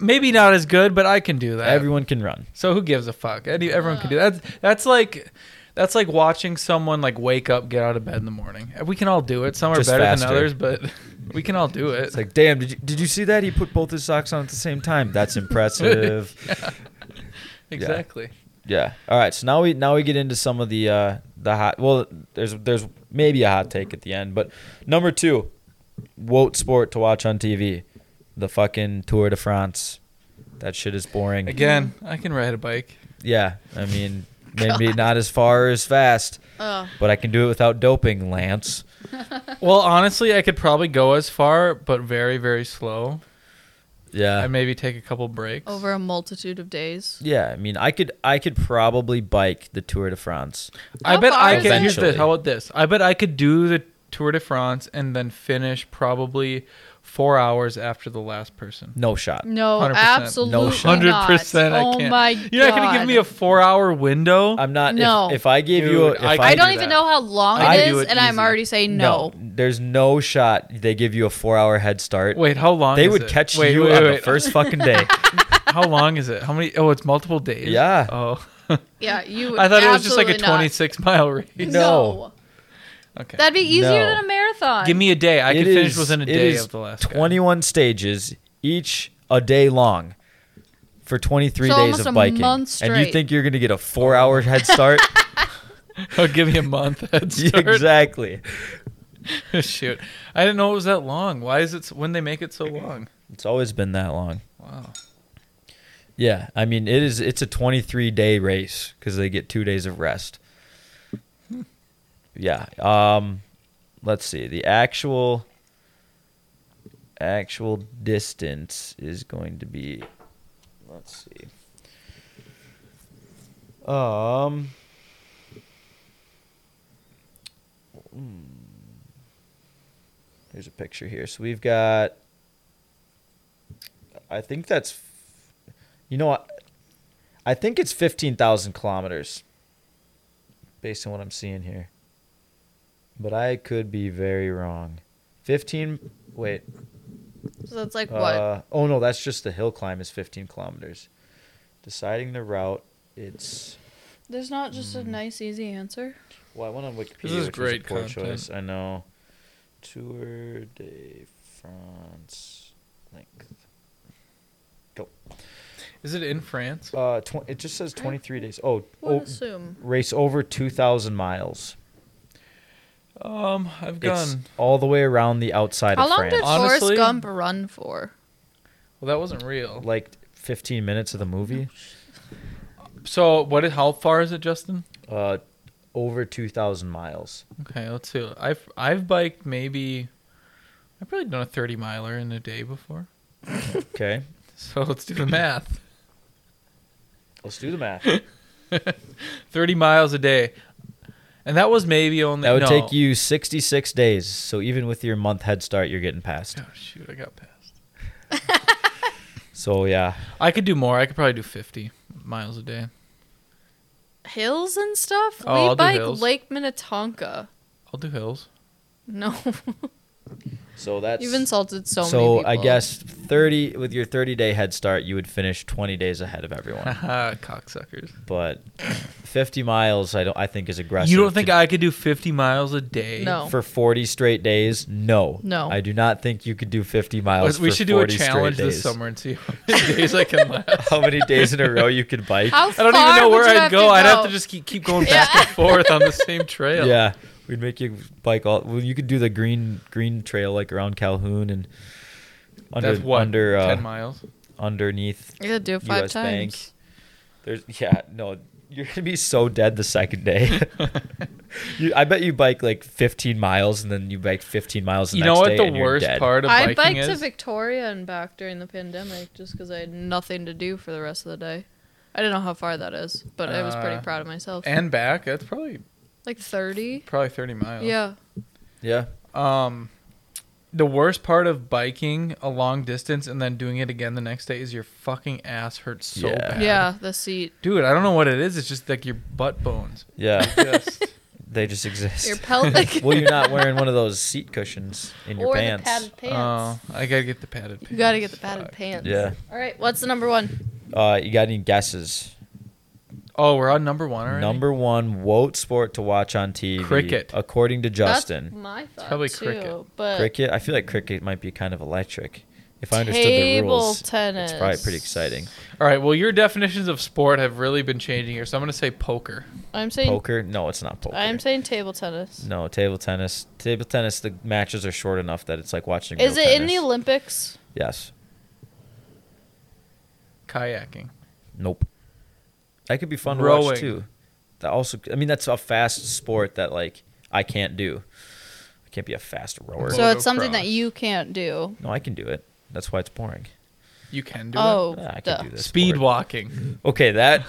C: Maybe not as good, but I can do that.
B: everyone can run.
C: So who gives a fuck? Any, everyone can do that. That's, that's like. That's like watching someone like wake up, get out of bed in the morning. We can all do it. Some are
B: Just
C: better
B: faster.
C: than others, but we can all do it.
B: It's like, damn, did you, did you see that? He put both his socks on at the same time. That's impressive.
C: exactly.
B: Yeah. All right. So now we now we get into some of the uh the hot. Well, there's there's maybe a hot take at the end, but number two, woke sport to watch on TV, the fucking Tour de France. That shit is boring.
C: Again, I can ride a bike.
B: Yeah. I mean, maybe not as far as fast,
A: Ugh.
B: but I can do it without doping, Lance.
C: Well, honestly, I could probably go as far, but very, very slow.
B: Yeah.
C: and maybe take a couple breaks.
A: Over a multitude of days.
B: yeah. I mean, I could I could probably bike the Tour de France.
C: I
A: How
C: bet
A: far
C: I
A: is
C: could.
A: it?
C: Here's this.
B: Eventually.
C: How about this? I bet I could do the Tour de France and then finish probably four hours after the last person.
B: No shot.
A: No,
C: 100%.
A: absolutely
B: No shot.
A: hundred
C: I
A: Oh
C: can't.
A: my god!
C: You're not gonna give me a four-hour window.
B: I'm not. if-
A: No.
B: If, I gave you, a,
C: Dude,
B: if
C: I-
B: I,
A: I,
C: do
A: don't even
C: that.
A: know how long
C: I
A: it
C: do
A: is,
C: it
A: and I'm
C: easy.
A: already saying no.
B: There's no shot they give you a four hour head start.
C: Wait, how long?
B: they
C: is
B: would
C: it?
B: catch
C: Wait,
B: you
C: wait,
B: on the
C: wait.
B: first fucking day.
C: How long is it? How many? Oh, it's multiple days.
B: Yeah.
C: Oh,
A: Yeah, you.
C: I thought it was just like a
A: absolutely not.
C: 26 mile race.
A: No.
C: Okay.
A: that'd be easier
B: No.
A: than a marathon.
C: Give me a day. I
B: It
C: could finish
B: is-
C: within a
B: it
C: day
B: is
C: of the last. guy.
B: 21 stages, each a day long, for 23
A: So
B: days
A: almost
B: of
A: a
B: biking.
A: month
B: and you
A: straight.
C: Oh,
B: think you're going to get a four hour head start?
C: I'll Oh, give you a month head start.
B: exactly.
C: Shoot, I didn't know it was that long. Why is it s- when they make it so long?
B: It's always been that long.
C: Wow.
B: Yeah, I mean it is. It's a 23 day race because they get two days of rest. Yeah. Um, let's see. The actual actual distance is going to be. Let's see. Um. mm, There's a picture here. So we've got. I think that's. f- You know what? I think it's 15,000 kilometers based on what I'm seeing here. But I could be very wrong. 15. Wait.
A: So it's like what?
B: Uh, oh no, that's just the hill climb is 15 kilometers. Deciding the route, it's
A: There's not just
C: hmm.
A: a nice, easy answer.
B: well, I went on Wikipedia.
C: This
B: which
C: is
B: was
C: great
B: a poor
C: content.
B: choice. I know. Tour de France length.
C: Is it in France?
B: Uh, tw- it just says 23 days. Oh,
A: We'll
B: oh
A: assume.
B: race over 2,000 miles.
C: Um, I've
B: It's
C: gone.
B: all the way around the outside
A: How
B: of
A: long
B: France.
A: did
C: Honestly-
A: Forrest Gump run for?
C: Well, that wasn't real.
B: like 15 minutes of the movie.
C: So what? How far is it, Justin?
A: Oh,
B: Uh, over 2,000 miles.
C: Okay, let's see. I've I've biked maybe I've probably done a thirty miler in a day before.
B: Okay,
C: So let's do the math.
B: let's do the math.
C: Thirty miles a day, and that was maybe only
B: That would
C: no.
B: take you 66 days. So even with your month head start, you're getting past.
C: Oh shoot, I got past.
B: So yeah,
C: I could do more. I could probably do fifty miles a day.
A: Hills and stuff?
C: Oh,
A: we
C: I'll do
A: bike
C: hills.
A: Lake Minnetonka.
C: I'll do hills.
A: No.
B: so that's
A: You've insulted so, many
B: so
A: people.
B: I guess 30 with your 30 day head start, you would finish 20 days ahead of everyone.
C: Haha, cocksuckers.
B: but 50 miles, I don't. I think is aggressive.
C: You don't think
B: to-
C: I could do fifty miles a day?
A: No.
B: for 40 straight days? No,
A: No.
B: I do not think you could do 50 miles.
C: Let's- we
B: for
C: should do a
B: 40 straight
C: challenge
B: days.
C: this summer and see how many days I can last.
B: How many days in a row you could bike?
A: How
C: I don't even
A: far
C: know
A: would
C: where
A: you
C: I'd
A: have
C: go.
A: to
C: I'd have to just keep keep going back and forth on the same trail.
B: Yeah, we'd make you bike all. Well, you could do the green green trail like around Calhoun and under
C: That's what
B: under uh,
C: ten miles.
B: underneath.
A: Yeah, do it five
B: US Bank.
A: times.
B: There's yeah no. You're gonna be so dead the second day. you, I bet you bike like 15 miles and then you bike 15 miles. The
C: You
B: next
C: know what
B: day
C: the
B: and you're
C: worst
B: dead.
C: part of
A: I
C: biking
A: biked to
C: is?
A: Victoria and back during the pandemic just because I had nothing to do for the rest of the day. I don't know how far that is, but I was pretty
C: Uh,
A: proud of myself.
C: and back. That's probably
A: like 30?
C: probably thirty miles.
A: Yeah.
B: Yeah,
C: Um, the worst part of biking a long distance and then doing it again the next day is your fucking ass hurts so
B: Yeah.
C: bad.
A: Yeah, the seat.
C: Dude, I don't know what it is. It's just like your butt bones.
B: yeah,
C: Just
B: they just exist.
A: Your pelvic.
B: well, you're not wearing one of those seat cushions in your
A: or
B: pants.
A: the padded pants.
C: oh, I gotta get the padded. Pants.
A: you gotta get the padded
C: Fuck.
A: pants.
B: Yeah.
A: All right, what's the number one?
B: Uh, you got any guesses?
C: Oh, we're on number one already.
B: Number one woat sport to watch on TV.
C: Cricket.
B: According to
A: That's
B: Justin.
A: my thought
C: probably
A: too.
C: cricket.
A: But
B: cricket? I feel like cricket might be kind of electric. If I understood the
A: table
B: rules,
A: tennis.
B: it's probably pretty exciting.
C: All right. Well, your definitions of sport have really been changing here, so I'm gonna say poker.
A: I'm saying.
B: Poker? No, it's not poker.
A: I'm saying table tennis.
B: no, table tennis. Table tennis, the matches are short enough that it's like watching.
A: Is it
B: real
A: in the
B: tennis.
A: Olympics?
B: Yes.
C: Kayaking.
B: Nope. That could be fun to
C: Rowing.
B: watch too. That also, I mean, that's a fast sport that like I can't do. I can't be a fast rower.
A: So it's something
C: Motocross.
A: that you can't do.
B: no, I can do it. That's why it's boring.
C: You can do it.
A: Oh,
B: Ah, I
A: duh.
B: can do this.
C: Speed
B: sport.
C: walking.
B: Okay, that.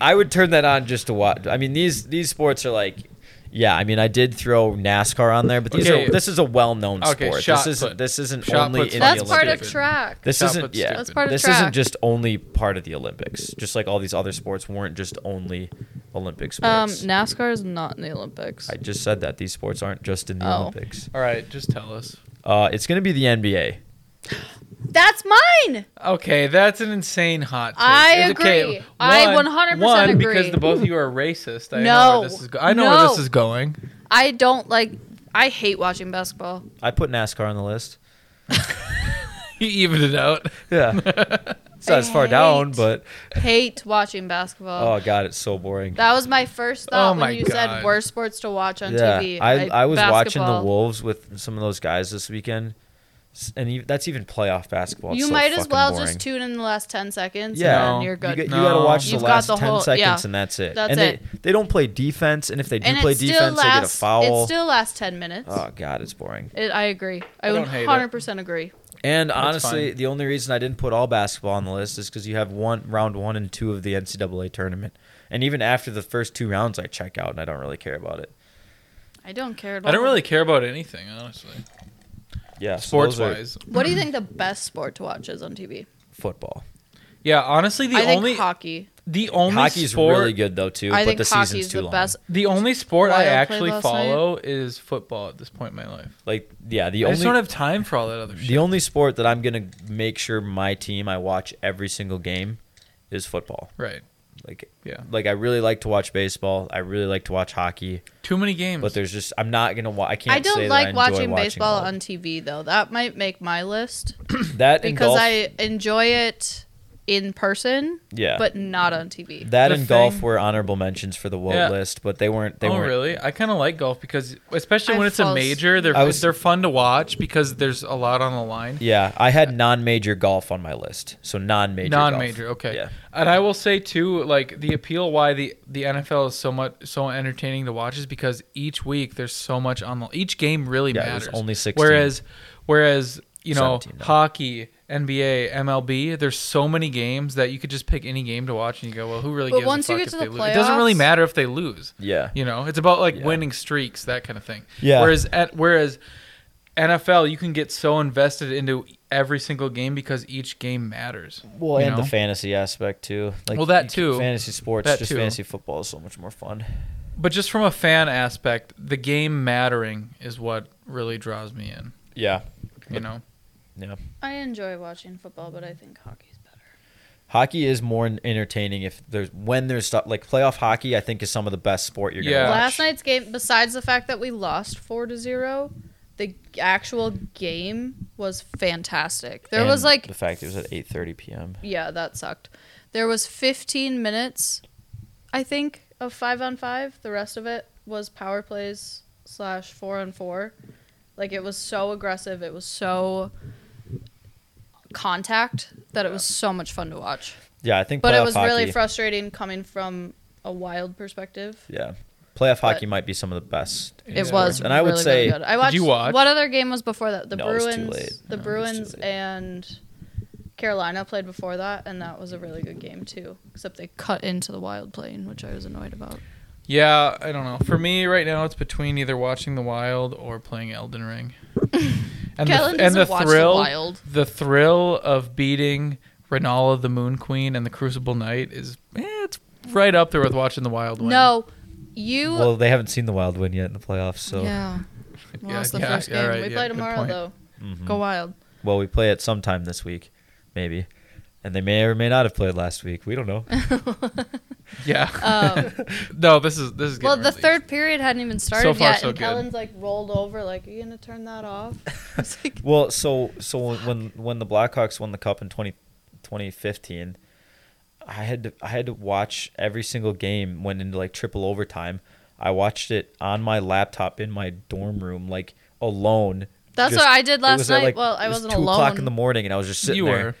B: I would turn that on just to watch. I mean, these these sports are like, yeah. I mean, I did throw NASCAR on there, but these
C: Okay.
B: are this is a well known
C: Okay,
B: sport.
C: shot
B: This isn't
C: put.
B: this isn't
C: Shot
B: only
C: put's
B: in
A: That's
B: the
A: part
B: Olympics.
A: of track.
B: this
C: Shot
B: isn't
C: put's
B: yeah.
C: That's
A: part of
B: this
A: track.
B: isn't just only part of the Olympics. Just like all these other sports weren't just only Olympic
A: Um,
B: sports.
A: NASCAR is not in the Olympics.
B: I just said that these sports aren't just in the
A: Oh.
B: Olympics.
C: All right, just tell us.
B: Uh, it's going to be the NBA.
A: That's mine.
C: Okay, that's an insane hot take.
A: I
C: It's
A: agree. I 100%
C: one,
A: agree.
C: because the both of you are racist. I know
A: No.
C: where this is go- I know where
A: No.
C: this is going.
A: I don't like. I hate watching basketball.
B: I put NASCAR on the list.
C: You evened it out.
B: Yeah. It's not as far down,
A: hate-
B: but
A: Hate watching basketball.
B: oh god, it's so boring.
A: that was my first
C: Oh
A: thought
C: my
A: when you
C: God.
A: said worst sports to watch on TV.
B: I, I was watching the
A: basketball.
B: Wolves with some of those guys this weekend, S- and even, that's even playoff basketball. It's
A: You
B: so
A: might as
B: fucking
A: well
B: boring.
A: just tune in the last ten seconds.
B: Yeah.
A: and
C: No.
A: then you're
B: You,
A: good.
B: get- you gotta
C: No.
B: watch the
A: You've got
B: last
A: the
B: ten
A: whole-
B: seconds,
A: yeah.
B: and that's it.
A: That's
B: and they,
A: it.
B: they don't play defense, and if they do
A: and
B: play
A: it still
B: defense, they get a
A: lasts.
B: foul.
A: It still lasts ten minutes.
B: oh god, it's boring.
A: It, I agree. I,
C: I
A: would
C: don't hate it.
A: 100% agree.
B: And
C: That's
B: honestly,
C: fine.
B: the only reason I didn't put all basketball on the list is because you have one round one and two of the NCAA tournament, and even after the first two rounds, I check out and I don't really care about it.
A: I don't care at all.
C: I don't really care about anything, honestly.
B: Yeah, so
C: Sports
B: those are
C: wise.
A: What do you think the best sport to watch is on TV?
B: football.
C: Yeah, honestly, the
A: I think
C: only
A: hockey.
C: the only
B: Hockey's
C: sport
B: really good though too,
A: I
B: but
A: think
B: the
A: hockey's
B: season's too
A: the
B: long.
A: best.
C: the only sport I
A: Wild played
C: actually
A: last
C: follow is football at this point in my life.
B: Like yeah, the
C: I
B: only
C: just don't have time for all that other shit.
B: the only sport that I'm gonna make sure my team I watch every single game is football.
C: Right.
B: Like
C: Yeah.
B: like I really like to watch baseball. I really like to watch hockey,
C: Too many games.
B: but there's just I'm not gonna watch. I can't.
A: I
B: say
A: don't
B: that I
A: like
B: enjoy
A: watching baseball
B: all-
A: on TV though. That might make my list
B: that and
A: because
B: golf.
A: I enjoy it in person,
B: yeah,
A: but not on TV.
B: that
C: The
B: and golf
C: thing-
B: were honorable mentions for the world
C: Yeah.
B: list, but they weren't. They
C: oh,
B: weren't.
C: really? I kind of like golf because, especially
A: I
C: when it's a
A: fall asleep.
C: major, they're
B: I was-
C: they're fun to watch because there's a lot on the line.
B: Yeah, I had non-major golf on my list, so non-major. golf.
C: Non-major, okay.
B: Yeah,
C: And I will say too, like the appeal why the the NFL is so much so entertaining to watch is because each week there's so much on the each game really
B: Yeah,
C: matters.
B: there's only 16.
C: Whereas, whereas you know
B: 17 now.
C: hockey, NBA, MLB, there's so many games that you could just pick any game to watch and you go, well, who really
A: But
C: gives
A: once
C: a
A: you
C: fuck
A: get
C: if
A: to
C: they
A: the
C: lose? It doesn't really
A: playoffs-
C: matter if they lose.
B: yeah.
C: You know, it's about like
B: Yeah.
C: winning streaks, that kind of thing.
B: Yeah.
C: Whereas at whereas NFL, you can get so invested into every single game because each game matters.
B: Well,
C: you
B: and
C: know?
B: the fantasy aspect too. Like
C: Well, that
B: you can-
C: too.
B: Fantasy sports,
C: That
B: just
C: too.
B: fantasy football is so much more fun.
C: But just from a fan aspect, the game mattering is what really draws me in.
B: Yeah,
C: You know,
A: I enjoy watching football, but I think hockey's better.
B: hockey is more en- entertaining if there's when there's stuff like playoff hockey. I think is some of the best sport you're
C: Yeah.
B: gonna watch.
A: Last night's game, besides the fact that we lost four to zero, the actual game was fantastic. There was
B: And
A: like
B: the fact it was at 8:30 p.m.
A: yeah, that sucked. There was 15 minutes, I think, of five on five. The rest of it was power plays slash four on four. Like it was so aggressive, it was so contact that it was so much fun to watch.
B: Yeah, I think.
A: But
B: playoff
A: it was
B: hockey,
A: really frustrating coming from a wild perspective.
B: yeah, playoff hockey might be some of the best.
C: Yeah.
A: It was,
B: And I would
A: really,
B: say-
A: really good. I watched.
C: you watch?
A: What other game was before that? The
B: No, it was
A: Bruins.
B: too late.
A: The
B: No, it was too
A: Bruins
B: late.
A: and Carolina played before that, and that was a really good game too. Except they cut into the Wild playing, which I was annoyed about.
C: yeah, I don't know. For me right now, it's between either watching The Wild or playing Elden Ring. And
A: Kellen
C: the, and the
A: doesn't watch The
C: thrill,
A: Wild.
C: the thrill of beating Renala the Moon Queen and the Crucible Knight is, eh, it's right up there with watching The Wild. Win.
A: No, you.
B: Well, they haven't seen the Wild win yet in the playoffs, so
A: Yeah.
C: Yeah,
A: Lost the
C: yeah,
A: first
C: yeah,
A: game.
C: right,
A: we
C: yeah,
A: play
C: good
A: tomorrow
C: point.
A: though.
B: Mhm.
A: Go Wild.
B: well, we play it sometime this week, maybe, and they may or may not have played last week. We don't know.
C: yeah,
A: Um,
C: no, this is this is.
A: well,
C: getting
A: the
C: released.
A: third period hadn't even started
C: far,
A: yet,
C: so
A: and
C: good.
A: Kellen's like rolled over, like, "Are you gonna turn that off?" It's like,
B: Well, so so when when, when the Blackhawks won the cup in 20, 2015, I had to I had to watch every single game went into like triple overtime. I watched it on my laptop in my dorm room, like alone.
A: That's what I did
B: it
A: last
B: was at,
A: night. Well, I
B: it was
A: wasn't
B: two o'clock in
A: alone.
B: the morning, and I was just sitting
C: You
B: there,
C: were.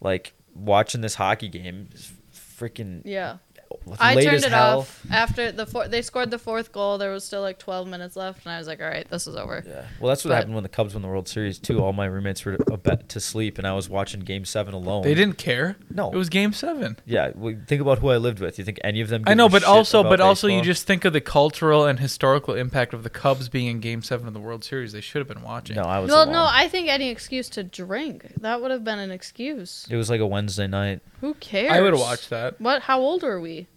B: like watching this hockey game. It's Freaking
A: yeah.
B: late
A: I
B: as
A: turned it
B: hell.
A: off after the four, they scored the fourth goal. There was still like 12 minutes left, and I was like, "All right, this is over."
B: Yeah. Well, that's what
A: But-
B: happened when the Cubs won the World Series too. All my roommates were to, abed- to sleep, and I was watching Game Seven alone.
C: They didn't care.
B: No.
C: it was Game Seven.
B: Yeah, well, think about who I lived with. You think any of them?
C: I
B: give
C: know,
B: a
C: but
B: shit
C: also,
B: about
C: but also, you
B: baseball?
C: just think of the cultural and historical impact of the Cubs being in Game Seven of the World Series. They should have been watching.
B: no. I was
A: Well,
B: alone.
A: no, I think any excuse to drink that would have been an excuse.
B: it was like a Wednesday night.
A: Who cares?
C: I would watch that.
A: What? How old are we?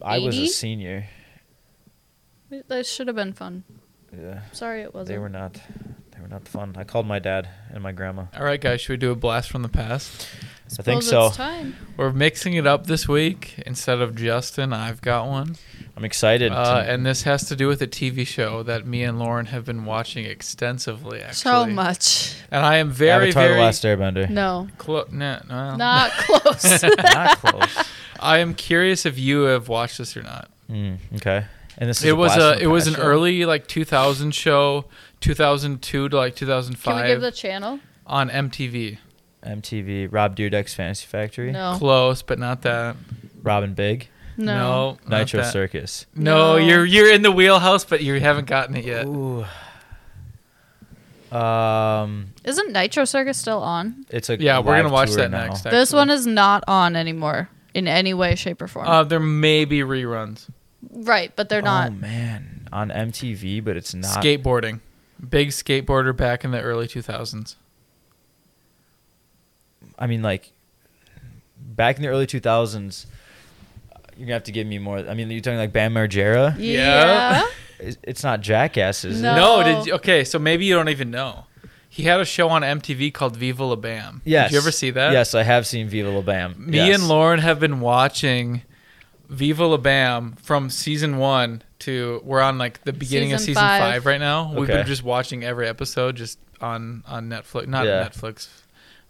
B: I was a
A: 80?
B: senior.
A: That should have been fun.
B: Yeah,
A: Sorry, it wasn't.
B: they were not. They were not fun. I called my dad and my grandma.
C: All right, guys, should we do a blast from the past?
B: I think
A: Suppose
B: so.
A: It's time.
C: We're mixing it up this week. Instead of Justin, I've got one.
B: I'm excited.
C: Uh,
B: to-
C: and this has to do with a TV show that me and Lauren have been watching extensively, actually.
A: So much.
C: And I am very,
B: Avatar:
C: very
B: The Last Airbender.
A: No,
C: clo- nah, well,
A: not close.
B: Not close.
C: I am curious if you have watched this or not.
B: Mm, okay. And this is
C: it was
B: blast from
C: a
B: the
C: it was an
B: past show?
C: early like 2000 show, 2002 to like
A: Can we give
C: 2005
A: the channel?
C: on MTV.
B: MTV Rob Dudek's Fantasy Factory.
A: No.
C: Close, but not that.
B: Robin Big.
A: No.
C: no not
B: Nitro
C: that.
B: Circus.
C: No,
A: No.
C: you're you're in the wheelhouse, but you haven't gotten it yet.
B: Ooh. Um,
A: Isn't Nitro Circus still on?
B: it's a
C: Yeah, we're
B: live
C: gonna watch
B: tour
C: that
B: now.
C: next.
A: This
C: actually.
A: one is not on anymore in any way, shape, or form.
C: Uh, there may be reruns.
A: right, but they're not.
B: Oh man, on MTV, but it's not.
C: Skateboarding, big skateboarder back in the early 2000s.
B: I mean, like back in the early 2000s. You're gonna have to give me more. I mean, you're talking like Bam Margera.
A: yeah.
B: It's- It's not jackasses.
A: No.
C: No, did you, okay, so maybe you don't even know. He had a show on MTV called Viva La Bam.
B: Yes.
C: Did you ever see that?
B: Yes, I have seen Viva La Bam.
C: Me
B: Yes.
C: and Lauren have been watching Viva La Bam from season one to we're on like the beginning of
A: Season
C: season five.
A: five.
C: right now. We've been
B: Okay.
C: just watching every episode just on on Netflix, not
B: Yeah.
C: Netflix,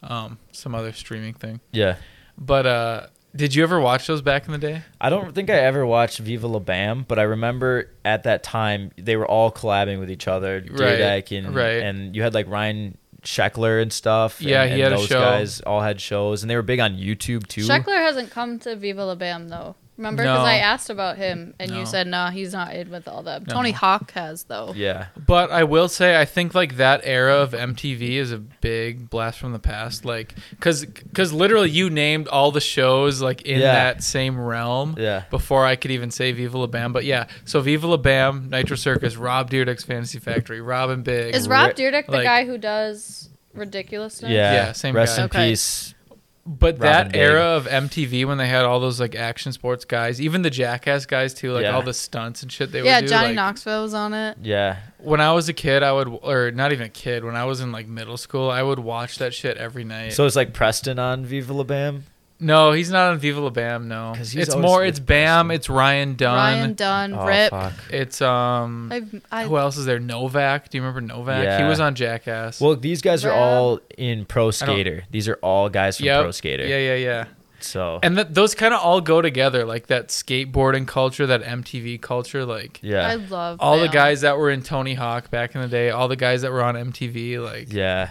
C: um, some other streaming thing.
B: Yeah.
C: But uh, did you ever watch those back in the day?
B: I don't think I ever watched Viva La Bam, but I remember at that time they were all collabing with each other,
C: Right,
B: Dudek and
C: right.
B: and you had like Ryan Scheckler and stuff.
C: Yeah,
B: and,
C: he
B: and
C: had a
B: those
C: show.
B: guys all had shows, and they were big on YouTube too.
A: Sheckler hasn't come to Viva La Bam though. Remember,
C: No.
A: because I asked about him and
C: No.
A: you said nah, he's not in with all them.
C: No.
A: Tony Hawk has though.
B: Yeah,
C: But I will say, I think like that era of MTV is a big blast from the past. Like, cause, cause literally you named all the shows like in
B: Yeah.
C: that same realm.
B: Yeah.
C: Before I could even say Viva La Bam, but yeah. So Viva La Bam, Nitro Circus, Rob Dyrdek's Fantasy Factory, Robin Big.
A: Is Rob
B: Rick-
A: Dyrdek the
C: like-
A: guy who does ridiculousness?
B: yeah,
C: Yeah, same
B: Rest
C: guy.
B: in
A: Okay.
B: peace.
C: but
B: Robin
C: that
B: Big.
C: era of MTV when they had all those like action sports guys, even the Jackass guys too, like
B: Yeah.
C: all the stunts and shit they
A: yeah.
C: would do.
A: Johnny
C: like,
A: Knoxville was on it.
B: Yeah,
C: When I was a kid, I would, or not even a kid, when I was in like middle school, I would watch that shit every night.
B: so it's like Preston on Viva La Bam.
C: No, he's not on Viva La Bam. No,
B: 'Cause he's
C: it's
B: always
C: more.
B: with
C: It's Bam.
B: Preston.
C: It's Ryan Dunn.
A: Ryan Dunn,
B: Oh,
A: Rip.
B: fuck.
C: It's um.
A: I've, I,
C: who else is there? Novak. Do you remember Novak? He
B: Yeah.
C: was on Jackass.
B: Well, these guys are
A: Rob.
B: all in Pro Skater. These are all guys from
C: Yep.
B: Pro Skater.
C: Yeah, yeah, yeah.
B: So
C: And th- those kind of all go together, like that skateboarding culture, that MTV culture, like
A: I
B: yeah,
A: love
C: all the
A: Bam.
C: guys that were in Tony Hawk back in the day, all the guys that were on MTV, like
B: yeah.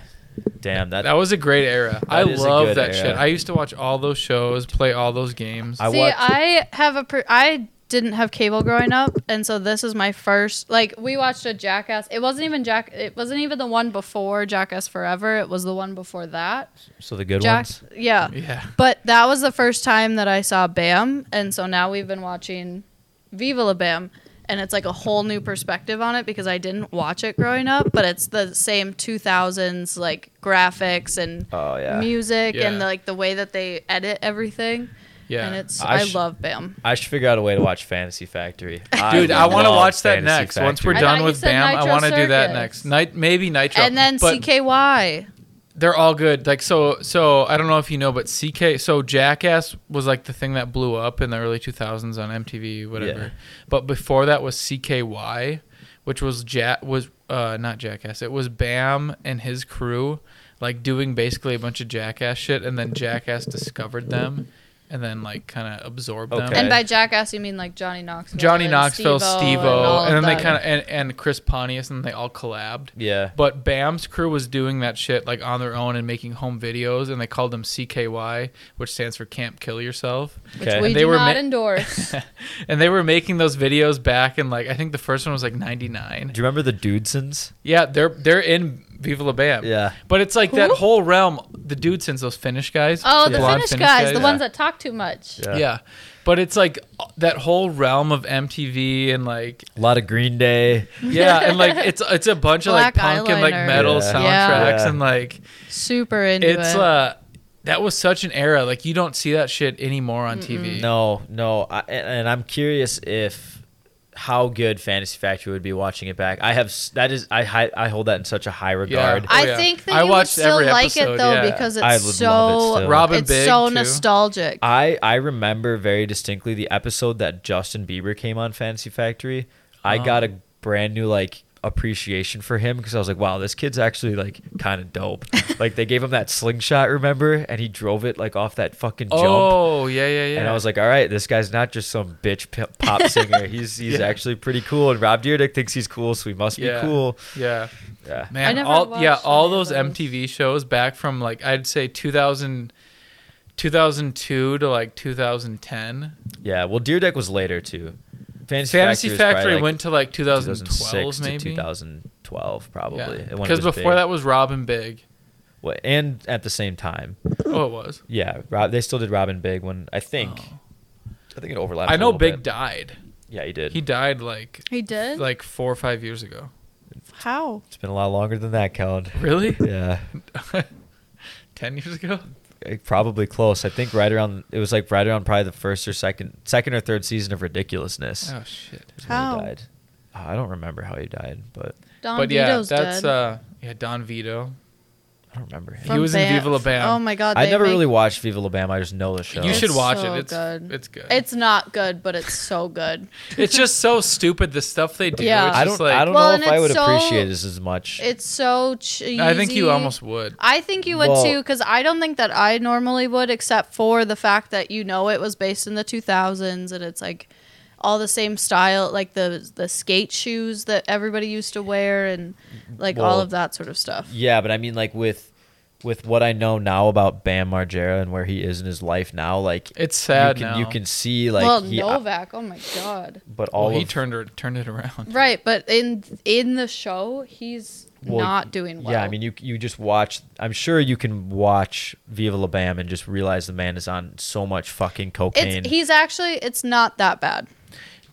B: Damn that.
C: that was a great era. I
B: That is a
C: love
B: good
C: that
B: era.
C: shit. I used to watch all those shows, play all those games.
B: I
A: See,
B: watched-
A: I have a per- I didn't have cable growing up, and so this is my first. Like we watched a Jackass. It wasn't even Jack. It wasn't even the one before Jackass Forever. It was the one before that.
B: so the good
A: Jack.
B: ones.
A: Yeah.
C: yeah.
A: But that was the first time that I saw Bam, and so now we've been watching Viva La Bam, and it's like a whole new perspective on it because I didn't watch it growing up, but it's the same 2000s like graphics and
B: Oh yeah.
A: music and
C: Yeah.
A: like the way that they edit everything.
C: Yeah.
A: And it's
B: I
A: I,
B: sh-
A: love Bam.
B: I should figure out a way to watch Fantasy Factory.
C: Dude, I, want to
B: love
C: watch that
B: Fantasy
C: next. Once we're
B: Factory.
A: I thought
C: done
A: you
C: with
A: said
C: Bam, I
A: Nitro
C: want to do that
A: Circus.
C: next. Night, maybe Nitro.
A: And then
C: but
A: CKY.
C: They're all good. Like so, so I don't know if you know, but CK. So Jackass was like the thing that blew up in the early 2000s on MTV, whatever.
B: Yeah.
C: But before that was CKY, which was Jack was uh, not Jackass. It was Bam and his crew, like doing basically a bunch of Jackass shit, and then Jackass discovered them, and then like kind of absorbed them.
B: Okay.
A: And by Jackass, you mean like Johnny Knoxville.
C: Johnny
A: and
C: Knoxville,
A: Steve-O
C: Steve
A: all
C: O, and, then they
A: that.
C: kind of and, and Chris Pontius, and they all collabed.
B: Yeah.
C: But Bam's crew was doing that shit like on their own and making home videos, and they called them CKY, which stands for Camp Kill Yourself.
A: Which
B: Okay.
A: we
C: And they
A: do
C: were
A: not
C: ma-
A: endorse.
C: And they were making those videos back in like I think the first one was like '99.
B: Do you remember the Dudesons?
C: Yeah, they're they're in Viva La Bam.
B: Yeah.
C: But it's like that
A: Who?
C: whole realm. The dude since those Finnish guys.
A: Oh, the
C: blonde
A: Finnish guys, the
B: guys.
A: ones that talk too much.
B: Yeah.
C: Yeah. but it's like that whole realm of MTV and like
B: A lot of Green Day.
C: yeah, and like it's it's a bunch of like
A: Black
C: punk and like
A: eyeliner.
C: metal
B: Yeah.
C: soundtracks
B: Yeah.
C: and like
A: Super into
C: it's
A: it.
C: uh that was such an era like you don't see that shit anymore on tv
B: No, no. I, and and I'm curious if how good Fantasy Factory would be watching it back. I have s- that is I hi- I hold that in such a high regard.
C: Oh,
A: I
C: yeah.
A: think that
C: I
A: you would
C: watched
A: still
C: every
A: like it
C: episode,
A: though
C: yeah.
A: because
D: I
A: it's
D: would love it
A: so
D: still.
C: Robin
A: it's
C: Big,
A: so
C: too.
A: nostalgic.
B: I I remember very distinctly the episode that Justin Bieber came on Fantasy Factory.
C: Uh-huh.
B: I got a brand new like appreciation for him because I was like, wow, this kid's actually like kind of dope. like they gave him that slingshot, remember? And he drove it like off that fucking jump.
C: Oh yeah, yeah, yeah.
B: And I was like, all right, this guy's not just some bitch p- pop singer. He's he's
C: Yeah.
B: actually pretty cool. And Rob Dyrdek thinks he's cool, so he must
C: Yeah.
B: be cool.
C: yeah,
B: Yeah.
C: man.
A: never
C: all yeah,
A: watched
C: all
A: any of
C: those
A: those.
C: MTV shows back from like I'd say 2000, 2002 to like 2010.
B: Yeah. Well, Dyrdek was later too. Fantasy,
C: Fantasy
B: was probably,
C: Factory
B: like,
C: went to like 2012
B: 2006
C: maybe.
B: to 2012 probably.
C: Yeah.
B: when it
C: Because
B: was
C: before
B: big.
C: that was Robin Big.
B: Well, and at the same time,
C: Oh, it was.
B: yeah, Rob, they still did Robin Big when I think, I think it overlapped.
C: Oh. I
B: a
C: know
B: little
C: Big
B: bit.
C: died.
B: yeah, he did.
C: He died like
A: he did?
C: like four or five years ago.
A: How?
B: it's been a lot longer than that, Kellen.
C: Really?
B: Yeah,
C: Ten years ago?
B: eh, probably close. I think right around it was like right around probably the first or second, second or third season of Ridiculousness.
C: Oh shit.
B: is when
A: How?
B: He died. Uh, I don't remember how he died, but
A: Don
C: but yeah,
A: Vito's
C: that's
A: dead.
C: uh yeah, Don Vito.
B: I don't remember him.
A: From
C: was in
A: Ban-
C: Viva La Bam.
A: Oh my god!
B: I
A: they
B: never
A: make-
B: really watched Viva La Bam. I just know the show.
C: You should
A: It's
C: watch
A: so
C: it. It's
A: good.
C: it's good.
A: It's not good, but it's so good.
C: it's just so stupid the stuff they do.
A: Yeah.
C: It's
B: I
C: just
B: don't.
C: like
B: I don't
A: Well,
B: know
A: and
B: if I
A: it's
B: would
A: so-
B: appreciate this as much.
A: It's so cheesy.
C: I think you almost would.
A: I think you would
B: Well-
A: too, because I don't think that I normally would, except for the fact that you know it was based in the 2000s and it's like all the same style, like the the skate shoes that everybody used to wear and like all
B: Well-
A: of that sort of stuff.
B: Yeah, but I mean, like with with what I know now about Bam Margera and where he is in his life now, like
C: It's sad
B: you can
C: now.
B: you can see like
A: well,
B: he,
A: Novak, oh my god.
B: but all
C: Well, he
B: of-
C: turned it turned it around.
A: Right, but in in the show, he's
B: Well,
A: not doing well.
B: Yeah, I mean, you you just watch. I'm sure you can watch Viva La Bam and just realize the man is on so much fucking cocaine.
A: it's he's actually it's not that bad,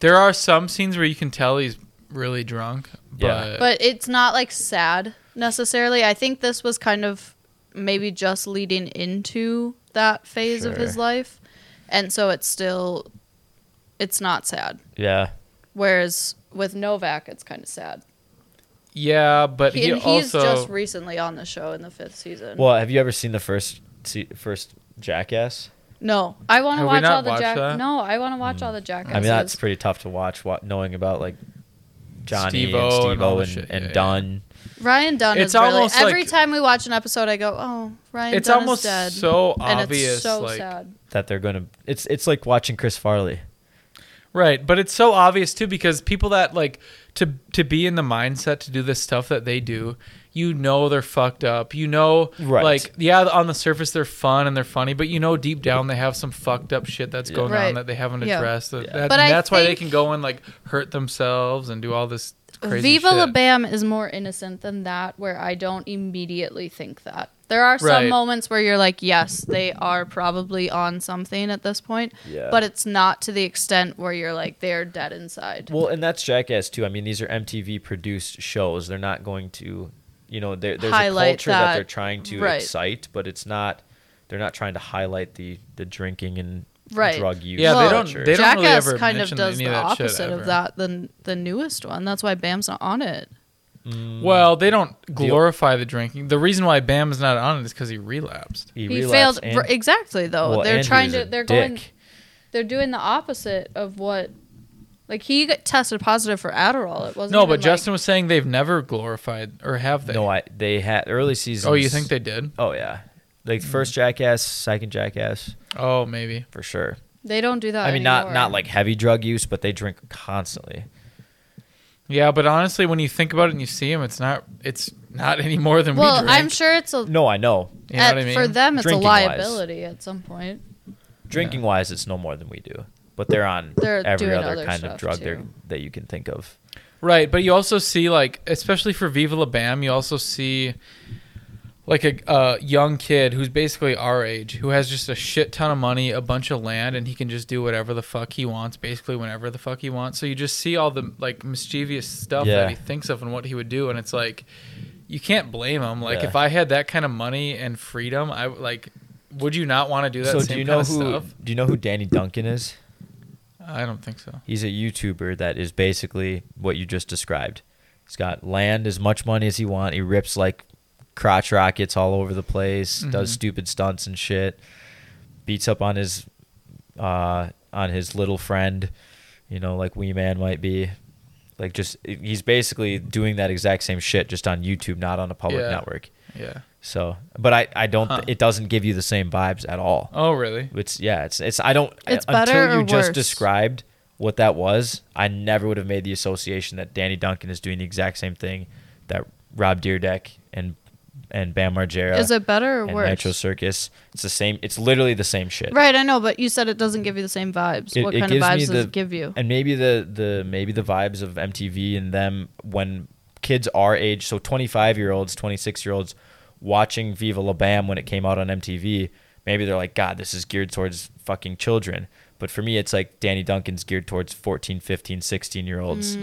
C: There are some scenes where you can tell he's really drunk.
B: Yeah.
C: But,
A: but it's not like sad necessarily. I think this was kind of maybe just leading into that phase of his
B: Sure.
A: life, and so it's still it's not sad.
B: yeah,
A: Whereas with Novak, it's kind of sad.
C: yeah, but he,
A: and he's
C: also
A: just recently on the show in the fifth season.
B: well, have you ever seen the first se- first Jackass?
A: no, I want to
C: Have we
A: watch
C: not
A: all the
C: watched
A: Jack.
C: that?
A: No, I want to watch all the Jackasses.
B: Hmm. I mean, that's pretty tough to watch. What, knowing about like Johnny
C: Steve-O and
B: and
C: all
B: Steve-O
C: the
B: and,
C: shit,
B: and
C: yeah, yeah.
B: Dunn.
A: Ryan Dunn
C: It's
A: is really
C: almost
A: every
C: like-
A: time we watch an episode, I go, "Oh, Ryan
C: it's
A: Dunn
C: almost
A: is dead,"
C: so
A: and
C: obvious
A: it's so
C: like
A: sad.
B: that they're gonna. It's it's like watching Chris Farley.
C: Right, but it's so obvious too because people that like to to be in the mindset to do this stuff that they do, you know they're fucked up. You know,
B: Right.
C: like yeah, on the surface they're fun and they're funny, but you know deep down they have some fucked up shit that's going on
A: Right.
C: that they haven't
A: Yeah.
C: addressed. That, that-
A: But I
C: that's why they
A: think-
C: can go and like hurt themselves and do all this crazy.
A: Viva
C: shit.
A: La Bam is more innocent than that, where I don't immediately think that. There are some
C: Right.
A: moments where you're like, yes, they are probably on something at this point,
B: Yeah.
A: but it's not to the extent where you're like, they're dead inside.
B: Well, and that's Jackass too. I mean, these are MTV produced shows. They're not going to, you know, there- there's
A: Highlight
B: a culture that,
A: that.
B: they're trying to
A: Right.
B: excite, but it's not. They're not trying to highlight the the drinking and
A: Right.
B: drug use.
C: Yeah,
A: Well,
C: they don't. They don't really
A: Jackass
C: ever
A: kind of
C: mention
A: does
C: any
A: the
C: of that shit
A: opposite
C: ever.
A: of that than the newest one. That's why Bam's not on it.
C: Well, they don't glorify the drinking. The reason why Bam is not on it is because he relapsed.
B: He,
A: He
B: relapsed
A: failed r-
B: and-
A: exactly though.
B: well,
A: they're
B: and he
A: trying
B: was a
A: to. They're going.
B: dick.
A: They're doing the opposite of what. Like he got tested positive for Adderall. It wasn't.
C: No,
A: even,
C: but
A: like-
C: Justin was saying they've never glorified or have they?
B: No, I they had early seasons.
C: Oh, you think they Mm. did?
B: Oh yeah, like first Jackass, second Jackass
C: Oh, maybe.
B: for sure.
A: they don't do that.
B: I mean, not
A: anymore.
B: not like heavy drug use, but they drink constantly.
C: Yeah, but honestly, when you think about it and you see him, it's not. It's not any more than we
A: Well,
C: drink.
A: I'm sure it's a.
B: No, I know.
C: You know
A: at-
C: what I mean?
A: For them, it's a
B: Drinking-wise.
A: liability at some point.
B: Drinking wise, it's no more than we do, but they're on
A: They're
B: every
A: doing
B: other,
A: other
B: kind of
A: stuff,
B: drug they're-
A: too.
B: that you can think of.
C: Right, but you also see like, especially for Viva La Bam, you also see like a, a young kid who's basically our age who has just a shit ton of money, a bunch of land, and he can just do whatever the fuck he wants, basically whenever the fuck he wants. So you just see all the like mischievous stuff
B: Yeah.
C: that he thinks of and what he would do, and it's like you can't blame him. Like
B: Yeah.
C: if I had that kind of money and freedom, I would, like. Would you not want to do that?
B: So
C: same
B: do you know
C: kind of
B: who
C: Stuff?
B: do you know who Danny Duncan is?
C: I don't think so.
B: He's a YouTuber that is basically what you just described. He's got land as much money as he want. He rips like crotch rockets all over the place, does
C: Mhm.
B: stupid stunts and shit. Beats up on his uh on his little friend, you know, like Wee Man might be. Like just he's basically doing that exact same shit just on YouTube, not on a public
C: Yeah.
B: network.
C: Yeah.
B: So, but I I don't
C: Huh.
B: it doesn't give you the same vibes at all.
C: Oh, really?
B: It's yeah, it's it's I don't
A: It's
B: I-
A: better
B: until you
A: or
B: just
A: worse?
B: described what that was, I never would have made the association that Danny Duncan is doing the exact same thing that Rob Deerdeck and and Bam Margera
A: Is it better or
B: and
A: worse?
B: Nitro Circus. It's the same it's literally the same shit.
A: Right, I know, but you said it doesn't give you the same vibes.
B: It-
A: what
B: it
A: kind of
B: gives me
A: vibes does
B: the-
A: it give you?
B: And maybe the the maybe the vibes of MTV and them when kids our age, so 25 year olds, 26 year olds watching Viva La Bam when it came out on MTV, maybe they're like god, this is geared towards fucking children. But for me it's like Danny Duncan's geared towards 14, 15, 16 year
A: Mm.
B: olds.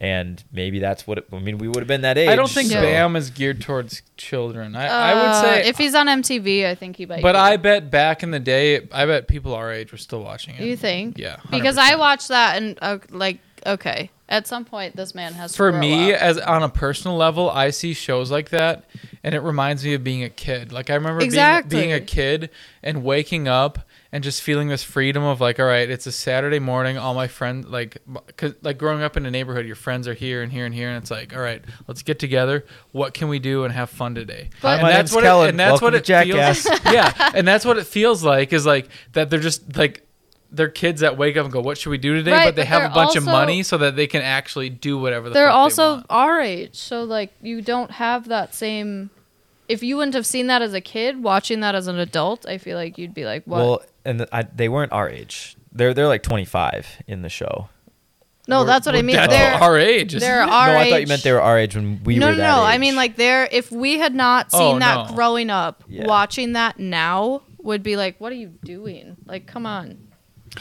B: And maybe that's what it, Mm. I mean we would have been that age.
C: I don't think
A: so-
C: Bam is geared towards children. I, I would
A: Uh,
C: say
A: if he's on MTV, I think he might.
C: But
A: be.
C: I bet back in the day, I bet people our age were still watching it.
A: you think?
C: Yeah,
A: Because I
C: 100%.
A: watched that and uh, like, okay, at some point this man has. to
C: For
A: grow
C: me,
A: up.
C: as on a personal level, I see shows like that, and it reminds me of being a kid. Like I remember
A: Exactly.
C: being, being a kid and waking up and just feeling this freedom of like, all right, it's a Saturday morning. All my friends, like, m- cause like growing up in a neighborhood, your friends are here and here and here, and it's like, all right, let's get together. What can we do and have fun today?
A: But-
C: and
B: my name's
C: what
B: Kellen.
C: It, and that's
B: Welcome
C: what
B: to
C: it feels.
B: Jackass.
C: yeah, and that's what it feels like is like that they're just like. They're kids that wake up and go, "What should we do today?"
A: Right,
C: but they
A: but
C: have a
A: they're
C: bunch of
A: also-
C: money so that they can actually do whatever the
A: they're
C: fuck they
A: also
C: want.
A: our age, so like you don't have that same. If you wouldn't have seen that as a kid, watching that as an adult, I feel like you'd be like, "What?
B: Well, and I, they weren't our age. They're they're like 25 in the show.
A: no,
C: We're-
A: that's what I
C: we're
A: mean.
C: dead
A: They're
C: to our age. isn't
A: they're
C: it?
A: our
B: no,
A: age.
B: I thought you meant they were our age when we
A: no,
B: were
A: no,
B: that
A: no. I
B: age.
A: mean, like there. If we had not seen
C: Oh,
A: that
C: no.
A: growing up,
B: Yeah.
A: watching that now would be like, "What are you doing? Like, come on."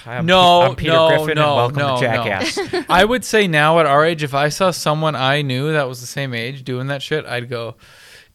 B: Hi, I'm
C: No,
B: Pe- I'm Peter
C: no,
B: Griffin,
C: no,
B: and welcome
C: no,
B: to
C: no.
B: Jackass.
C: I would say now at our age, if I saw someone I knew that was the same age doing that shit, I'd go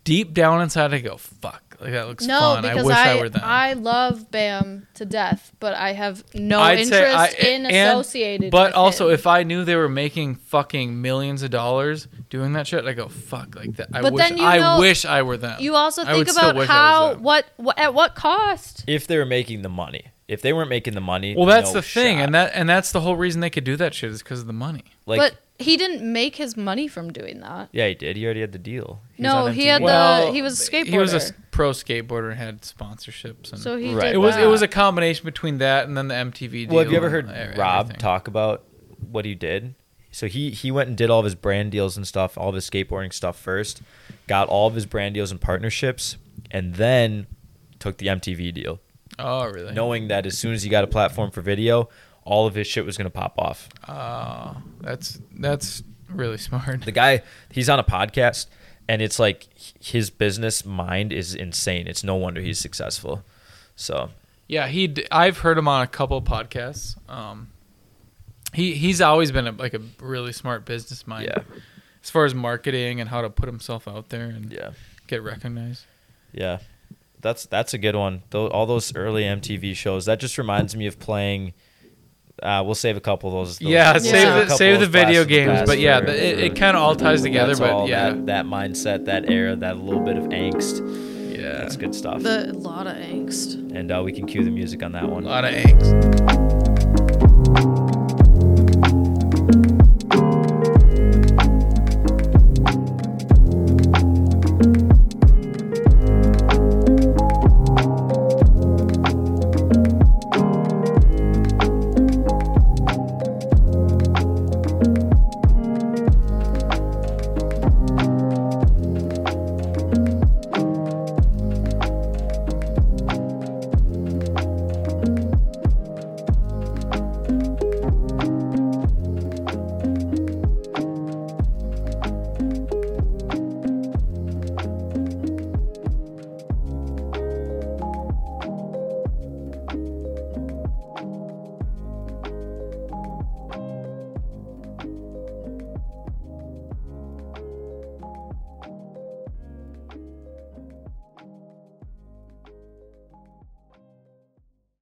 C: deep down inside. I go, "Fuck, like that looks
A: No,
C: fun. I
A: because
C: wish
A: I
C: I,
A: I,
C: were them."
A: love Bam to death, but I have no
C: I'd
A: interest
C: say I-
A: in
C: and-
A: associated.
C: But
A: with
C: also,
A: him.
C: if I knew they were making fucking millions of dollars doing that shit, I go, "Fuck, like that." I
A: But
C: wish
A: then you
C: I
A: know-
C: wish I were them.
A: you also
C: I would
A: think
C: still
A: about
C: wish I was
A: how
C: them.
A: what, what at what cost.
B: if they were making the money, if they weren't making the money,
C: Well, that's
B: no
C: the thing,
B: shot.
C: and that and that's the whole reason they could do that shit is because of the money.
B: like,
A: but he didn't make his money from doing that.
B: yeah, he did. He already had the deal. He was
A: No,
B: on
A: he
B: MTV.
A: had the-
C: Well,
A: he was a
C: He was a s-
A: skateboarder.
C: pro skateboarder and had sponsorships. And
A: So he
B: Right.
A: did
C: it was
A: that.
C: it was a combination between that and then the MTV. Deal
B: Well, have you ever heard
C: and e-
B: Rob
C: everything.
B: talk about what he did? So he he went and did all of his brand deals and stuff, all of his skateboarding stuff first, got all of his brand deals and partnerships, and then took the MTV deal,
C: Oh, really?
B: knowing that as soon as he got a platform for video, all of his shit was gonna pop off.
C: Oh, that's that's really smart.
B: the guy he's on a podcast and it's like h- his business mind is insane it's no wonder he's successful so
C: Yeah, he. d- I've heard him on a couple podcasts. Um, he he's always been a, like a really smart business mind.
B: Yeah.
C: As far as marketing and how to put himself out there and
B: yeah
C: get recognized.
B: yeah that's that's a good one Tho- all those early mtv shows that just reminds me of playing uh, we'll save a couple of those, those-
C: yeah,
B: we'll
A: save
C: save
A: the-
B: a
C: the
B: couple
C: save
B: of
C: the
B: those
C: video
B: best-
C: games,
B: best
C: but yeah,
B: for-
C: the, it,
B: for-
C: it kind of all ties together.
B: that's all
C: But yeah,
B: that, that mindset that era that little bit of angst
C: yeah,
B: that's good stuff
A: the lot of angst.
B: and uh, we can cue the music on that
C: a
B: one
C: lot of angst.